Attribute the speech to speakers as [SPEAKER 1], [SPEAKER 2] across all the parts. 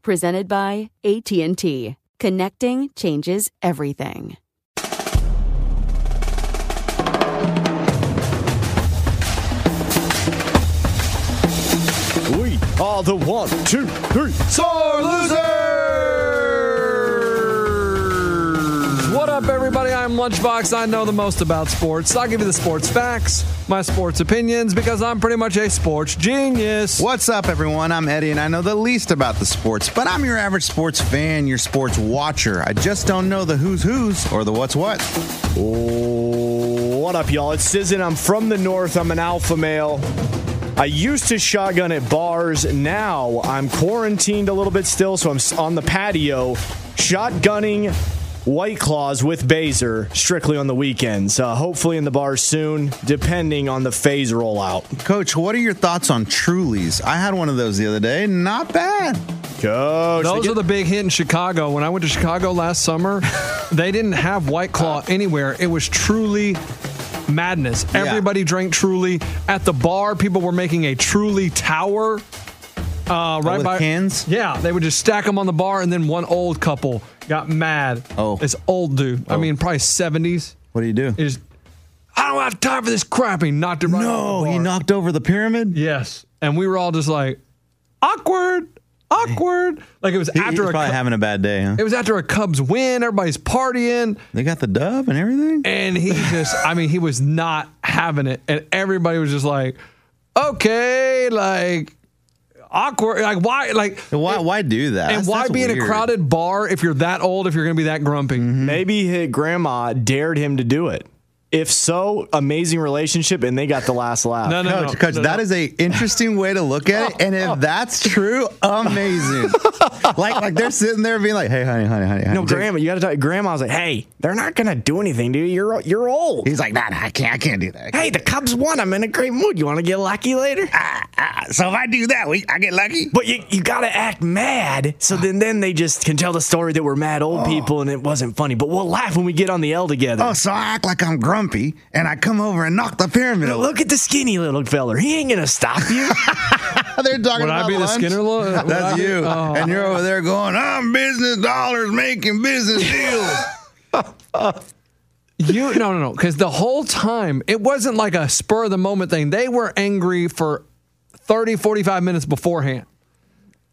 [SPEAKER 1] Presented by AT&T. Connecting changes everything.
[SPEAKER 2] We are the one, two, three, sore losers.
[SPEAKER 3] What up, everybody? I'm Lunchbox. I know the most about sports. I'll give you the sports facts, my sports opinions, because I'm pretty much a sports genius.
[SPEAKER 2] What's up, everyone? I'm Eddie, and I know the least about the sports, but I'm your average sports fan, your sports watcher. I just don't know the who's who's or the what's what.
[SPEAKER 4] What up, y'all? It's Sizzin. I'm from the north. I'm an alpha male. I used to shotgun at bars. Now I'm quarantined a little bit still, so I'm s- on the patio shotgunning White Claws with Baser strictly on the weekends. Uh, hopefully in the bar soon, depending on the phase rollout.
[SPEAKER 2] Coach, what are your thoughts on Trulies? I had one of those the other day. Not bad.
[SPEAKER 4] Coach, they
[SPEAKER 3] Those
[SPEAKER 4] get-
[SPEAKER 3] are the big hit in Chicago. When I went to Chicago last summer, they didn't have White Claw anywhere. It was truly madness.
[SPEAKER 2] Yeah.
[SPEAKER 3] Everybody drank truly. At the bar, people were making a truly tower. Uh, right
[SPEAKER 2] with
[SPEAKER 3] by
[SPEAKER 2] cans?
[SPEAKER 3] Yeah, they would just stack them on the bar, and then one old couple got mad.
[SPEAKER 2] Oh.
[SPEAKER 3] this old dude. I
[SPEAKER 2] Oh.
[SPEAKER 3] mean, probably seventies.
[SPEAKER 2] What do you do?
[SPEAKER 3] Is I don't have time for this crap. He knocked it right. off
[SPEAKER 2] no,
[SPEAKER 3] the
[SPEAKER 2] Oh, he
[SPEAKER 3] bar.
[SPEAKER 2] knocked over the pyramid.
[SPEAKER 3] Yes, and we were all just like awkward, awkward. Like it was
[SPEAKER 2] He-
[SPEAKER 3] after
[SPEAKER 2] he's
[SPEAKER 3] a
[SPEAKER 2] probably
[SPEAKER 3] cu-
[SPEAKER 2] having a bad day. Huh?
[SPEAKER 3] it was after a Cubs win. Everybody's partying,
[SPEAKER 2] They got the dub and everything.
[SPEAKER 3] and he just, I mean, he was not having it, and everybody was just like, okay, like awkward, like why, like.
[SPEAKER 2] Why? Why do that?
[SPEAKER 3] and
[SPEAKER 2] That's-
[SPEAKER 3] why
[SPEAKER 2] that's
[SPEAKER 3] be in a
[SPEAKER 2] weird. Mm-hmm.
[SPEAKER 3] crowded bar if you're that old, if you're going to be that grumpy?
[SPEAKER 4] maybe his grandma dared him to do it. If so, amazing relationship, and they got the last laugh.
[SPEAKER 3] No, no,
[SPEAKER 2] Coach,
[SPEAKER 3] no.
[SPEAKER 2] coach, that is a interesting way to look at it. And if that's true, amazing. like, like they're sitting there being like, "Hey, honey, honey, honey, honey."
[SPEAKER 4] No, grandma, you got to talk. Grandma's like, "Hey, they're not gonna do anything, dude. You're you're old.
[SPEAKER 2] He's like, "Nah, nah, I can't, I can't do that." Ah,
[SPEAKER 4] Hey, the Cubs won. I'm in a great mood. You want to get lucky later?
[SPEAKER 2] so if I do that, we, I get lucky. Ah.
[SPEAKER 4] But you, you got to act mad. So then, then they just can tell the story that we're mad old people and it wasn't funny. But we'll laugh when we get on the L together.
[SPEAKER 2] Oh, so I act like I'm grumpy, and I come over and knock the pyramid. over.
[SPEAKER 4] Look at the skinny little feller. He ain't going to stop you.
[SPEAKER 2] they're talking
[SPEAKER 3] Would I
[SPEAKER 2] about
[SPEAKER 3] be the
[SPEAKER 2] lunch.
[SPEAKER 3] Skinner lo- would I
[SPEAKER 2] That's
[SPEAKER 3] be-
[SPEAKER 2] you,
[SPEAKER 3] Oh.
[SPEAKER 2] and you're over there going, "I'm business dollars making business deals."
[SPEAKER 3] You no no no because the whole time it wasn't like a spur of the moment thing. They were angry for 30, 45 minutes beforehand.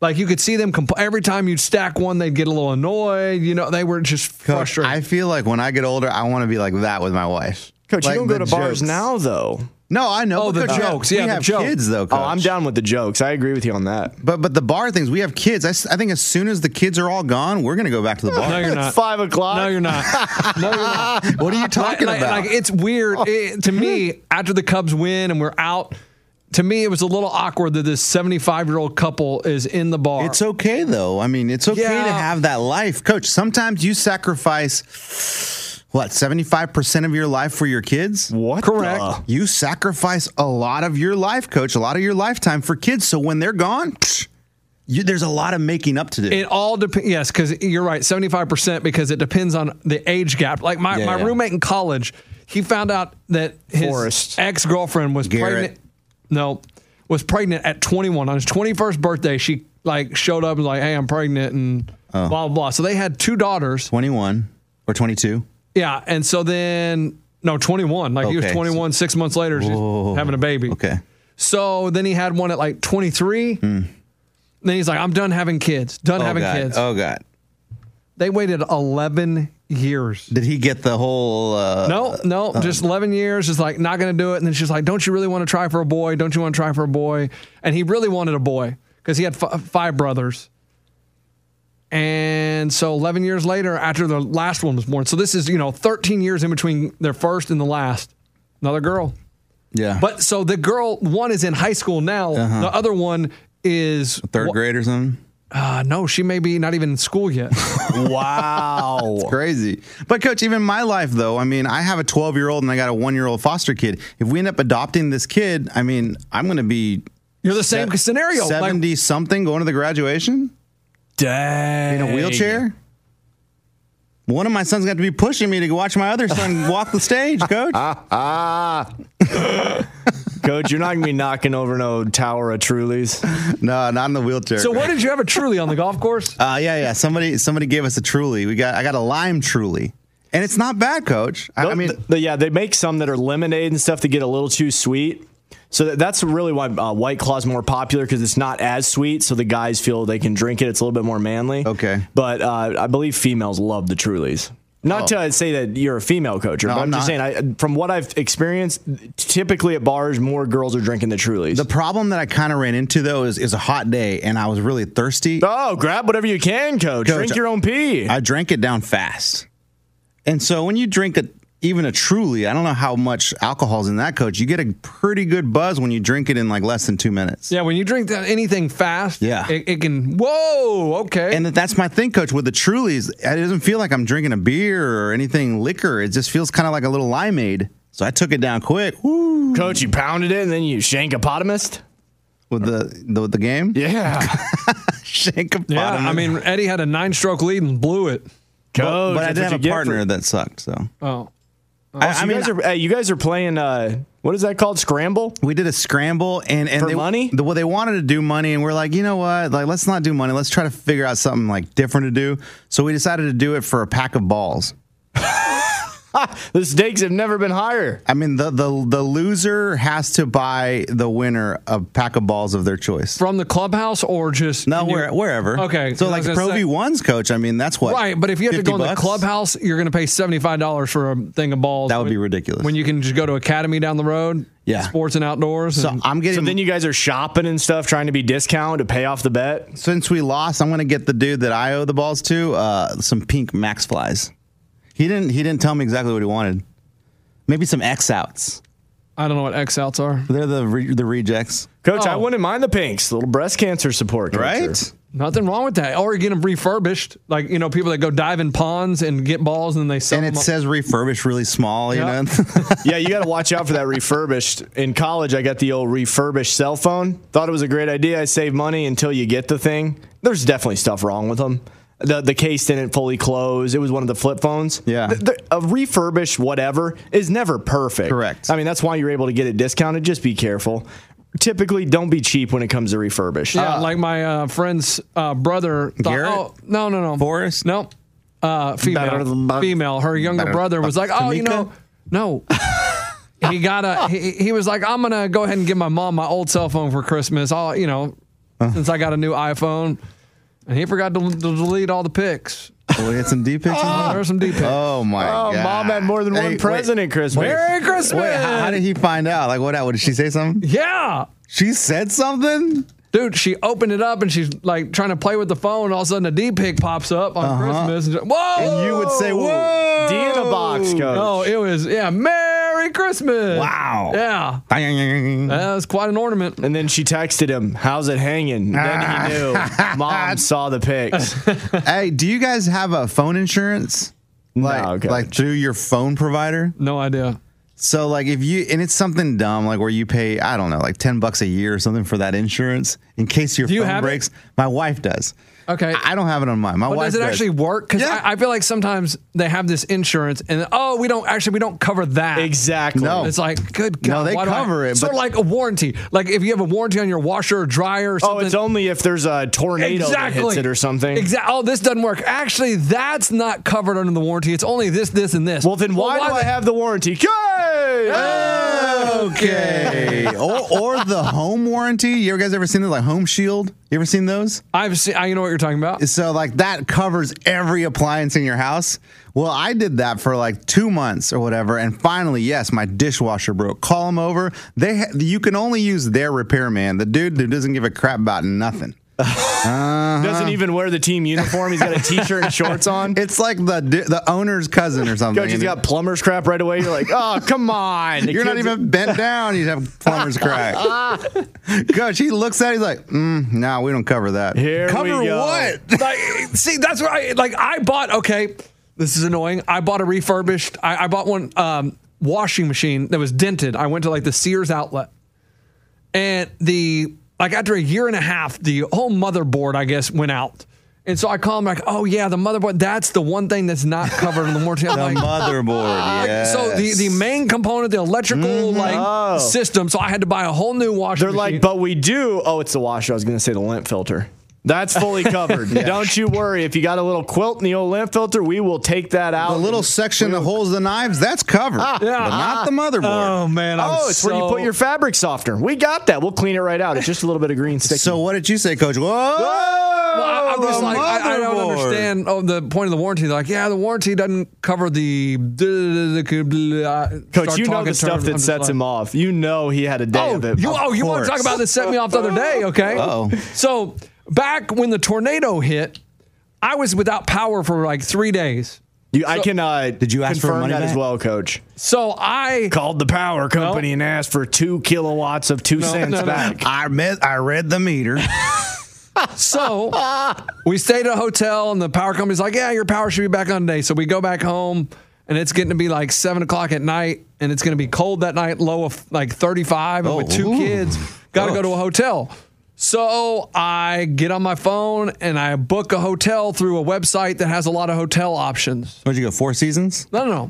[SPEAKER 3] Like you could see them compl- every time you'd stack one, they'd get a little annoyed. You know, they were just
[SPEAKER 2] Coach,
[SPEAKER 3] frustrated.
[SPEAKER 2] I feel like when I get older, I want to be like that with my wife.
[SPEAKER 4] Coach,
[SPEAKER 2] Like
[SPEAKER 4] you don't go
[SPEAKER 2] the
[SPEAKER 4] to bars
[SPEAKER 2] jokes.
[SPEAKER 4] now, though.
[SPEAKER 2] No, I know.
[SPEAKER 3] Oh,
[SPEAKER 2] but
[SPEAKER 3] the
[SPEAKER 2] Coach, we have-
[SPEAKER 3] jokes. Yeah,
[SPEAKER 2] we
[SPEAKER 3] the
[SPEAKER 2] have
[SPEAKER 3] joke.
[SPEAKER 2] kids though. Coach.
[SPEAKER 4] Oh, I'm down with the jokes. I agree with you on that.
[SPEAKER 2] But but the bar things, we have kids. I, s- I think as soon as the kids are all gone, we're gonna go back to the bar.
[SPEAKER 3] no, you're not.
[SPEAKER 4] It's five o'clock.
[SPEAKER 3] No, you're not. No, you're not.
[SPEAKER 2] What are you talking
[SPEAKER 3] like,
[SPEAKER 2] about? Oh.
[SPEAKER 3] like, it's weird It- to me. After the Cubs win and we're out, to me it was a little awkward that this 75 year old couple is in the bar.
[SPEAKER 2] It's okay though. I mean, it's okay to
[SPEAKER 3] Yeah.
[SPEAKER 2] have that life, Coach. Sometimes you sacrifice what seventy five percent of your life for your kids.
[SPEAKER 4] What?
[SPEAKER 3] Correct.
[SPEAKER 4] the-
[SPEAKER 2] You sacrifice a lot of your life, Coach, a lot of your lifetime for kids. So when they're gone, psh, you, there's a lot of making up to do.
[SPEAKER 3] It all depends. Yes, because you're right. Seventy five percent because it depends on the age gap. Like my,
[SPEAKER 2] Yeah,
[SPEAKER 3] my
[SPEAKER 2] yeah.
[SPEAKER 3] roommate in college, he found out that his
[SPEAKER 4] Forrest.
[SPEAKER 3] ex girlfriend was
[SPEAKER 2] Garrett.
[SPEAKER 3] pregnant. No, was pregnant at 21 on his 21st birthday. She like showed up and was like, hey, I'm pregnant and
[SPEAKER 2] Oh.
[SPEAKER 3] blah, blah, blah. So they had two daughters.
[SPEAKER 2] 21 or 22.
[SPEAKER 3] Yeah. And so then, no, 21. Like he was
[SPEAKER 2] Okay.
[SPEAKER 3] 21, six months later, she's having a baby.
[SPEAKER 2] Okay. Hmm.
[SPEAKER 3] So then he had one at like 23. Then he's like, I'm done having kids, done
[SPEAKER 2] oh,
[SPEAKER 3] having
[SPEAKER 2] God.
[SPEAKER 3] kids.
[SPEAKER 2] Oh, God.
[SPEAKER 3] They waited 11 years.
[SPEAKER 2] Did he get the whole. Uh,
[SPEAKER 3] No, no, just 11 years, just like not going to do it. And then she's like, Don't you really want to try for a boy? Don't you want to try for a boy? And he really wanted a boy because he had f- five brothers. And so 11 years later, after the last one was born, so this is, you know, 13 years in between their first and the last, another girl.
[SPEAKER 2] Yeah.
[SPEAKER 3] But so the girl, one is in high school now,
[SPEAKER 2] Uh-huh.
[SPEAKER 3] the other one is
[SPEAKER 2] Third
[SPEAKER 3] wha-
[SPEAKER 2] grade or something?
[SPEAKER 3] Uh, no, she may be not even in school yet.
[SPEAKER 4] Wow.
[SPEAKER 2] Crazy. But coach, even my life though, I mean, I have a 12 year old and I got a one year old foster kid. If we end up adopting this kid, I mean, I'm going to be
[SPEAKER 3] You're the same
[SPEAKER 2] se-
[SPEAKER 3] scenario. like-
[SPEAKER 2] 70 something going to the graduation
[SPEAKER 4] Dang.
[SPEAKER 2] in a wheelchair. One of my sons got to be pushing me to watch my other son walk the stage, coach.
[SPEAKER 3] Ah.
[SPEAKER 4] Coach, you're not going to be knocking over no tower of Trulies.
[SPEAKER 2] No, not in the wheelchair.
[SPEAKER 3] so what did you have a truly on the golf course?
[SPEAKER 2] Uh, yeah, yeah. Somebody, somebody gave us a truly. We got, I got a lime truly, and it's not bad, coach. I, I mean,
[SPEAKER 4] Th- th- yeah, they make some that are lemonade and stuff that get a little too sweet. So that, that's really why uh, White Claw's more popular because it's not as sweet. So the guys feel they can drink it. It's a little bit more manly.
[SPEAKER 2] Okay.
[SPEAKER 4] But uh, I believe females love the Trulies. Not to say that you're a female coacher, but I'm,
[SPEAKER 2] Oh. I'm
[SPEAKER 4] just saying,
[SPEAKER 2] not.
[SPEAKER 4] I, from what I've experienced, typically at bars, more girls are drinking the Trulies.
[SPEAKER 2] the problem that I kind of ran into though is, is a hot day, and I was really thirsty.
[SPEAKER 4] oh, grab whatever you can, coach.
[SPEAKER 2] Coach,
[SPEAKER 4] Drink your own pee.
[SPEAKER 2] I drank it down fast. And so when you drink a, even a truly, I don't know how much alcohol's in that coach, you get a pretty good buzz when you drink it in like less than two minutes.
[SPEAKER 3] Yeah, when you drink that, anything fast,
[SPEAKER 2] Yeah.
[SPEAKER 3] it, it can. Whoa, okay.
[SPEAKER 2] And that's my thing, coach, with the trulies. It doesn't feel like I'm drinking a beer or anything liquor. It just feels kind of like a little limeade. So I took it down quick Woo,
[SPEAKER 4] coach, you pounded it and then you shank a potamist?
[SPEAKER 2] with the, the with the game.
[SPEAKER 4] Yeah.
[SPEAKER 2] Shake a
[SPEAKER 3] yeah,
[SPEAKER 2] bottom.
[SPEAKER 3] I mean Eddie had a nine-stroke lead and blew it.
[SPEAKER 4] coach,
[SPEAKER 2] but I
[SPEAKER 4] Oh, that's
[SPEAKER 2] did have
[SPEAKER 4] what you
[SPEAKER 2] a
[SPEAKER 4] get for-
[SPEAKER 2] partner that sucked. So
[SPEAKER 3] Oh,
[SPEAKER 2] I,
[SPEAKER 4] So
[SPEAKER 2] I
[SPEAKER 4] you
[SPEAKER 2] mean,
[SPEAKER 4] guys are hey, you guys are playing uh, what is that called? Scramble?
[SPEAKER 2] we did a scramble and and
[SPEAKER 4] For
[SPEAKER 2] they,
[SPEAKER 4] money?
[SPEAKER 2] The, well, they wanted to do money, and we're like, you know what? Like, let's not do money. Let's try to figure out something like different to do. So we decided to do it for a pack of balls.
[SPEAKER 4] The stakes have never been higher.
[SPEAKER 2] I mean, the the the loser has to buy the winner a pack of balls of their choice.
[SPEAKER 3] from the clubhouse or just
[SPEAKER 2] No,
[SPEAKER 3] in your-
[SPEAKER 2] where, wherever.
[SPEAKER 3] Okay,
[SPEAKER 2] So
[SPEAKER 3] I
[SPEAKER 2] like
[SPEAKER 3] was
[SPEAKER 2] the
[SPEAKER 3] gonna
[SPEAKER 2] Pro
[SPEAKER 3] say-
[SPEAKER 2] V ones coach. I mean, that's what.
[SPEAKER 3] Right, but if you have to
[SPEAKER 2] 50
[SPEAKER 3] go in the
[SPEAKER 2] bucks?
[SPEAKER 3] clubhouse, you're going to pay seventy-five dollars for a thing of balls.
[SPEAKER 2] That would
[SPEAKER 3] when-
[SPEAKER 2] be ridiculous.
[SPEAKER 3] When you can just go to academy down the road,
[SPEAKER 2] Yeah.
[SPEAKER 3] sports and outdoors.
[SPEAKER 2] So
[SPEAKER 3] and-
[SPEAKER 2] I'm
[SPEAKER 4] So
[SPEAKER 2] getting.
[SPEAKER 4] then you guys are shopping and stuff, trying to be discount to pay off the bet.
[SPEAKER 2] since we lost, I'm gonna get the dude that I owe the balls to uh, some pink Max flies. He didn't. He didn't tell me exactly what he wanted. Maybe some X outs.
[SPEAKER 3] I don't know what X outs are.
[SPEAKER 2] They're the re- the rejects,
[SPEAKER 4] Coach, I
[SPEAKER 3] Oh.
[SPEAKER 4] wouldn't mind the pinks. Little breast cancer support, coach.
[SPEAKER 2] right?
[SPEAKER 3] Nothing wrong with that. Or you get them refurbished, like you know people that go dive in ponds and get balls and then they sell.
[SPEAKER 2] And it
[SPEAKER 3] them.
[SPEAKER 2] says refurbished really small. You
[SPEAKER 3] Yeah.
[SPEAKER 2] know,
[SPEAKER 4] yeah, you got to watch out for that refurbished. In college, I got the old refurbished cell phone. Thought it was a great idea. I saved money until you get the thing. There's definitely stuff wrong with them. The, the case didn't fully close. It was one of the flip phones.
[SPEAKER 2] Yeah.
[SPEAKER 4] The- the- a refurbished whatever is never perfect.
[SPEAKER 2] Correct.
[SPEAKER 4] I mean, that's why you're able to get it discounted. Just be careful. Typically, don't be cheap when it comes to refurbished.
[SPEAKER 3] Yeah, like my uh, friend's uh, brother. Thought,
[SPEAKER 2] Garrett?
[SPEAKER 3] Oh, no, no, no.
[SPEAKER 2] Forrest?
[SPEAKER 3] No. Uh,
[SPEAKER 2] Better than
[SPEAKER 3] female.
[SPEAKER 2] Bugs-
[SPEAKER 3] Female. Her younger
[SPEAKER 2] Better
[SPEAKER 3] brother was like,
[SPEAKER 2] Bugs
[SPEAKER 3] oh, you
[SPEAKER 2] Tamika?"
[SPEAKER 3] know, no. he got a. He, he was like, I'm gonna go ahead and give my mom my old cell phone for Christmas. All you know,
[SPEAKER 2] Uh.
[SPEAKER 3] since I got a new iPhone, and he forgot to, to delete all the pics.
[SPEAKER 2] we had some deep pictures.
[SPEAKER 3] There were some deep pics.
[SPEAKER 2] Oh my
[SPEAKER 4] Oh,
[SPEAKER 2] god!
[SPEAKER 4] mom had more than
[SPEAKER 2] Hey,
[SPEAKER 4] one
[SPEAKER 2] wait.
[SPEAKER 4] present at Christmas.
[SPEAKER 3] Merry Christmas.
[SPEAKER 2] Wait, how, how did he find out? Like, what? What did she say? Something?
[SPEAKER 3] yeah.
[SPEAKER 2] She said something.
[SPEAKER 3] Dude, she opened it up and she's like trying to play with the phone. All of a sudden, a D pic pops up on Christmas. And, she- Whoa!
[SPEAKER 2] Uh-huh. And you would say, "Whoa!"
[SPEAKER 4] D in a box, coach.
[SPEAKER 3] No, it was yeah. Merry Christmas.
[SPEAKER 2] Wow.
[SPEAKER 3] Yeah, that was quite an ornament.
[SPEAKER 4] And then she texted him, "How's it hanging?"
[SPEAKER 2] Ah.
[SPEAKER 4] Then he knew. Mom saw the pics.
[SPEAKER 2] hey, do you guys have a phone insurance? Like,
[SPEAKER 4] No, okay.
[SPEAKER 2] like through your phone provider?
[SPEAKER 3] No idea.
[SPEAKER 2] So like if you and it's something dumb like where you pay I don't know like ten bucks a year or something for that insurance in case your
[SPEAKER 3] Do you
[SPEAKER 2] phone
[SPEAKER 3] have it?
[SPEAKER 2] breaks. My wife does.
[SPEAKER 3] Okay.
[SPEAKER 2] I I don't have it on mine. My
[SPEAKER 3] But
[SPEAKER 2] wife
[SPEAKER 3] does it actually work? Because
[SPEAKER 2] Yeah.
[SPEAKER 3] I, I feel like sometimes they have this insurance, and then, oh, we don't actually we don't cover that
[SPEAKER 4] Exactly.
[SPEAKER 2] No.
[SPEAKER 3] It's like good God.
[SPEAKER 2] No, they
[SPEAKER 3] why do I-
[SPEAKER 2] cover it,
[SPEAKER 3] Sort of
[SPEAKER 2] but-
[SPEAKER 3] like a warranty. Like if you have a warranty on your washer or dryer or
[SPEAKER 4] Oh,
[SPEAKER 3] something.
[SPEAKER 4] it's only if there's a tornado
[SPEAKER 3] exactly
[SPEAKER 4] that hits it or something.
[SPEAKER 3] Exactly. Oh, this doesn't work. Actually, that's not covered under the warranty. It's only this, this, and this.
[SPEAKER 4] Well, then why, do
[SPEAKER 3] the-
[SPEAKER 4] I have the warranty? Yay!
[SPEAKER 2] Ah. Okay. or, or the home warranty. You guys ever seen it like Home Shield? You ever seen those?
[SPEAKER 3] I've seen. I know what you're talking about.
[SPEAKER 2] So like that covers every appliance in your house. Well, I did that for like two months or whatever, and finally, yes, my dishwasher broke. Call them over. They ha- you can only use their repairman, the dude who doesn't give a crap about nothing.
[SPEAKER 4] Ah. Doesn't even wear the team uniform. He's got a t-shirt and shorts on.
[SPEAKER 2] It's like the di- the owner's cousin or something.
[SPEAKER 4] Coach, he's got plumber's crap right away. You're like, oh, come on. The
[SPEAKER 2] You're not
[SPEAKER 4] kids-
[SPEAKER 2] even bent down. You have plumber's crack. Coach, he looks at. It, he's like, mm, no, we don't cover that.
[SPEAKER 4] Here we
[SPEAKER 2] cover
[SPEAKER 4] go.
[SPEAKER 2] what?
[SPEAKER 3] like, see, that's what I like. I bought. Okay, this is annoying. I bought a refurbished. I, I bought one um, washing machine that was dented. I went to like the Sears outlet, and the like after a year and a half, the whole motherboard I guess went out. And so I call him like, oh yeah, the motherboard. That's the one thing that's not covered in the warranty. I'm
[SPEAKER 2] The
[SPEAKER 3] like,
[SPEAKER 2] motherboard. Mm-hmm. Oh. Yes.
[SPEAKER 3] So the, the main component, the electrical like system. So I had to buy a whole new washer.
[SPEAKER 4] They're like, but we do. Oh, it's the washer. I was going to say the lint filter. That's fully covered. Don't you worry. If you got a little quilt in the old lint filter, we will take that out.
[SPEAKER 2] The little section that holds the knives, that's covered,
[SPEAKER 4] Ah.
[SPEAKER 2] but not the motherboard.
[SPEAKER 3] man,
[SPEAKER 4] oh, it's where you put your fabric softener. We got that. We'll clean it right out. It's just a little bit of green sticky.
[SPEAKER 2] so what did you say, Coach? Whoa!
[SPEAKER 3] Well, I, I'm
[SPEAKER 2] the
[SPEAKER 3] just like, I, I don't
[SPEAKER 2] motherboard.
[SPEAKER 3] understand oh, the point of the warranty. They're like, yeah, the warranty doesn't cover the. uh,
[SPEAKER 4] Coach,
[SPEAKER 3] Coach,
[SPEAKER 4] you know the stuff that sets him off. You know he had a day
[SPEAKER 3] Oh,
[SPEAKER 4] of it.
[SPEAKER 3] you, oh, you want
[SPEAKER 2] course.
[SPEAKER 3] to talk about this? Set me off the other day, okay?
[SPEAKER 2] Uh-oh.
[SPEAKER 3] So back when the tornado hit, I was without power for like three days.
[SPEAKER 4] You- I can. Uh, Did
[SPEAKER 2] you ask for
[SPEAKER 4] confirm
[SPEAKER 2] money
[SPEAKER 4] that as
[SPEAKER 2] back?
[SPEAKER 4] well, Coach?
[SPEAKER 3] So I
[SPEAKER 4] Called the power company and asked for two kilowatts of two cents
[SPEAKER 3] no, no.
[SPEAKER 4] back.
[SPEAKER 2] I met, I read the meter.
[SPEAKER 3] So we stayed at a hotel, and the power company's like, "Yeah, your power should be back on today." So we go back home, and it's getting to be like seven o'clock at night, and it's going to be cold that night, low of like thirty-five, and with
[SPEAKER 2] Oh,
[SPEAKER 3] two
[SPEAKER 2] ooh.
[SPEAKER 3] kids, got to go
[SPEAKER 2] Gross.
[SPEAKER 3] to a hotel. So I get on my phone and I book a hotel through a website that has a lot of hotel options.
[SPEAKER 2] Where'd you go? Four seasons?
[SPEAKER 3] No, no, no,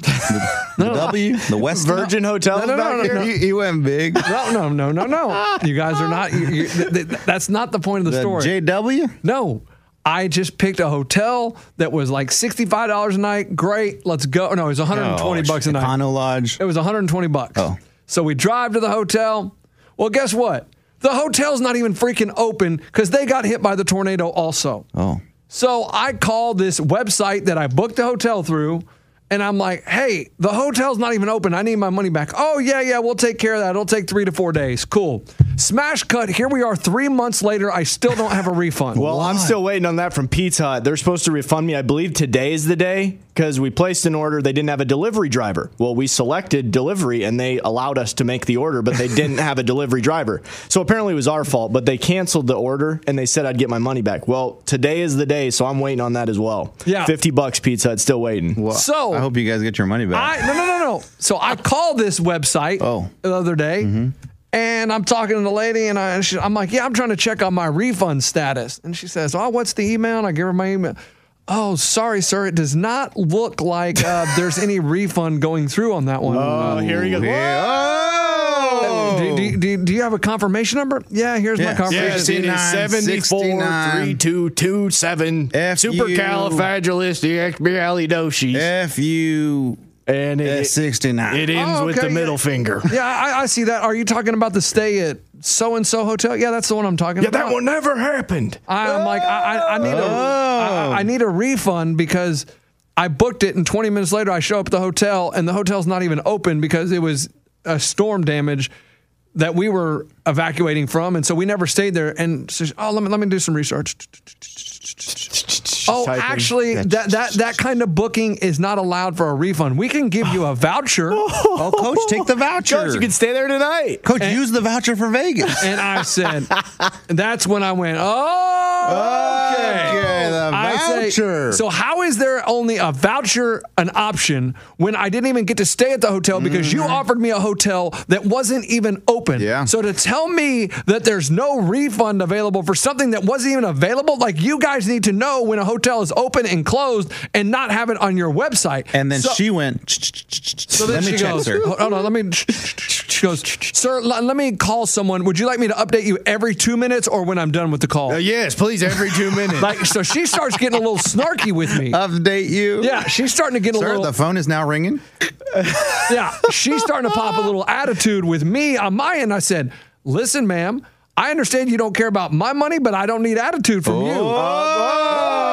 [SPEAKER 2] The W? The West?
[SPEAKER 4] Virgin Hotels
[SPEAKER 3] No, no, no,
[SPEAKER 4] back
[SPEAKER 3] no,
[SPEAKER 4] here?
[SPEAKER 3] no.
[SPEAKER 2] You, you went big.
[SPEAKER 3] no, no, no, no, no. You guys are not. You, you, th- th- that's not the point of the,
[SPEAKER 2] The
[SPEAKER 3] story.
[SPEAKER 2] JW?
[SPEAKER 3] No, I just picked a hotel that was like sixty-five dollars a night. Great, let's go. No, it was one hundred and twenty
[SPEAKER 2] Oh,
[SPEAKER 3] bucks a night.
[SPEAKER 2] Econo Lodge.
[SPEAKER 3] It was one hundred and twenty bucks.
[SPEAKER 2] Oh.
[SPEAKER 3] so we drive to the hotel. Well, guess what? The hotel's not even freaking open because they got hit by the tornado also.
[SPEAKER 2] Oh.
[SPEAKER 3] So I call this website that I booked the hotel through, and I'm like, "Hey, the hotel's not even open. I need my money back." Oh yeah, yeah, we'll take care of that. It'll take three to four days. Cool. Smash cut. Here we are, three months later. I still don't have a refund.
[SPEAKER 4] Well, I'm still waiting on that from Pizza Hut. They're supposed to refund me. I believe today is the day because we placed an order. They didn't have a delivery driver. Well, we selected delivery and they allowed us to make the order, but they didn't have a delivery driver. So apparently it was our fault, but they canceled the order and they said I'd get my money back. Well, today is the day, so I'm waiting on that as well.
[SPEAKER 3] Yeah.
[SPEAKER 4] 50 bucks Pizza Hut, still waiting.
[SPEAKER 2] Well,
[SPEAKER 3] So-
[SPEAKER 2] I hope you guys get your money back.
[SPEAKER 3] I no no no no. So I called this website
[SPEAKER 2] Oh.
[SPEAKER 3] the other day,
[SPEAKER 4] Mm-hmm.
[SPEAKER 3] and I'm talking to the lady, and, I, and she, I'm like, "Yeah, I'm trying to check on my refund status." And she says, "Oh, what's the email?" And I give her my email. Oh, sorry, sir. It does not look like uh, there's any refund going through on that one.
[SPEAKER 4] oh, here he goes.
[SPEAKER 2] Yeah. Oh!
[SPEAKER 3] do, do, do, do you have a confirmation number? Yeah, here's my
[SPEAKER 2] Yeah.
[SPEAKER 3] confirmation.
[SPEAKER 4] Yes, it is 743227
[SPEAKER 2] F U.
[SPEAKER 4] supercalifragilisticexpialidocious.
[SPEAKER 2] F U
[SPEAKER 4] And
[SPEAKER 2] S
[SPEAKER 4] it,
[SPEAKER 2] sixty
[SPEAKER 4] it
[SPEAKER 2] nine.
[SPEAKER 4] ends
[SPEAKER 3] Oh,
[SPEAKER 4] with the
[SPEAKER 3] okay,
[SPEAKER 4] middle
[SPEAKER 3] yeah.
[SPEAKER 4] finger.
[SPEAKER 3] Yeah, I, I see that. Are you talking about the stay at so and so hotel? Yeah, that's the one I'm talking
[SPEAKER 4] Yeah,
[SPEAKER 3] about.
[SPEAKER 4] that one never happened.
[SPEAKER 3] I, I'm like, I, I, I need a, I,
[SPEAKER 4] Oh.
[SPEAKER 3] I- I need a refund because I booked it, and 20 minutes later, I show up at the hotel, and the hotel's not even open because it was a storm damage that we were evacuating from, and so we never stayed there. And so, she- oh, let me let me do some research. Oh,
[SPEAKER 4] Type in-
[SPEAKER 3] actually, that, that that kind of booking is not allowed for a refund. We can give you a voucher, and
[SPEAKER 2] Oh, coach, take the voucher.
[SPEAKER 4] Coach, you can stay there tonight.
[SPEAKER 2] coach, use the voucher for Vegas.
[SPEAKER 3] I said, that's when I went, oh, okay.
[SPEAKER 2] Okay, the
[SPEAKER 3] I said,
[SPEAKER 2] voucher.
[SPEAKER 3] So how is there only a voucher an option when I didn't even get to stay at the hotel because you offered me a hotel that wasn't even open?
[SPEAKER 2] Mm-hmm. Yeah.
[SPEAKER 3] So to tell me that there's no refund available for something that wasn't even available, like you guys need to know when a hotel is open and closed and not have it on your website.
[SPEAKER 2] and then
[SPEAKER 3] So-
[SPEAKER 2] she went.
[SPEAKER 3] so
[SPEAKER 2] So
[SPEAKER 3] then
[SPEAKER 2] let me
[SPEAKER 3] she
[SPEAKER 2] check,
[SPEAKER 3] goes,
[SPEAKER 2] sir.
[SPEAKER 3] Hold on, let me. She goes, sir, l- let me call someone. Would you like me to update you every two minutes or when I'm done with the call?
[SPEAKER 5] Uh, yes, please, every two minutes.
[SPEAKER 3] Like, so she starts getting a little snarky with me.
[SPEAKER 2] Update you.
[SPEAKER 3] yeah, she's starting to get a
[SPEAKER 2] Uh, Sir,
[SPEAKER 3] little.
[SPEAKER 2] the phone is now ringing.
[SPEAKER 3] yeah, she's starting to pop a little attitude with me on my end. I said, listen, ma'am, I understand you don't care about my money, but I don't need attitude from you.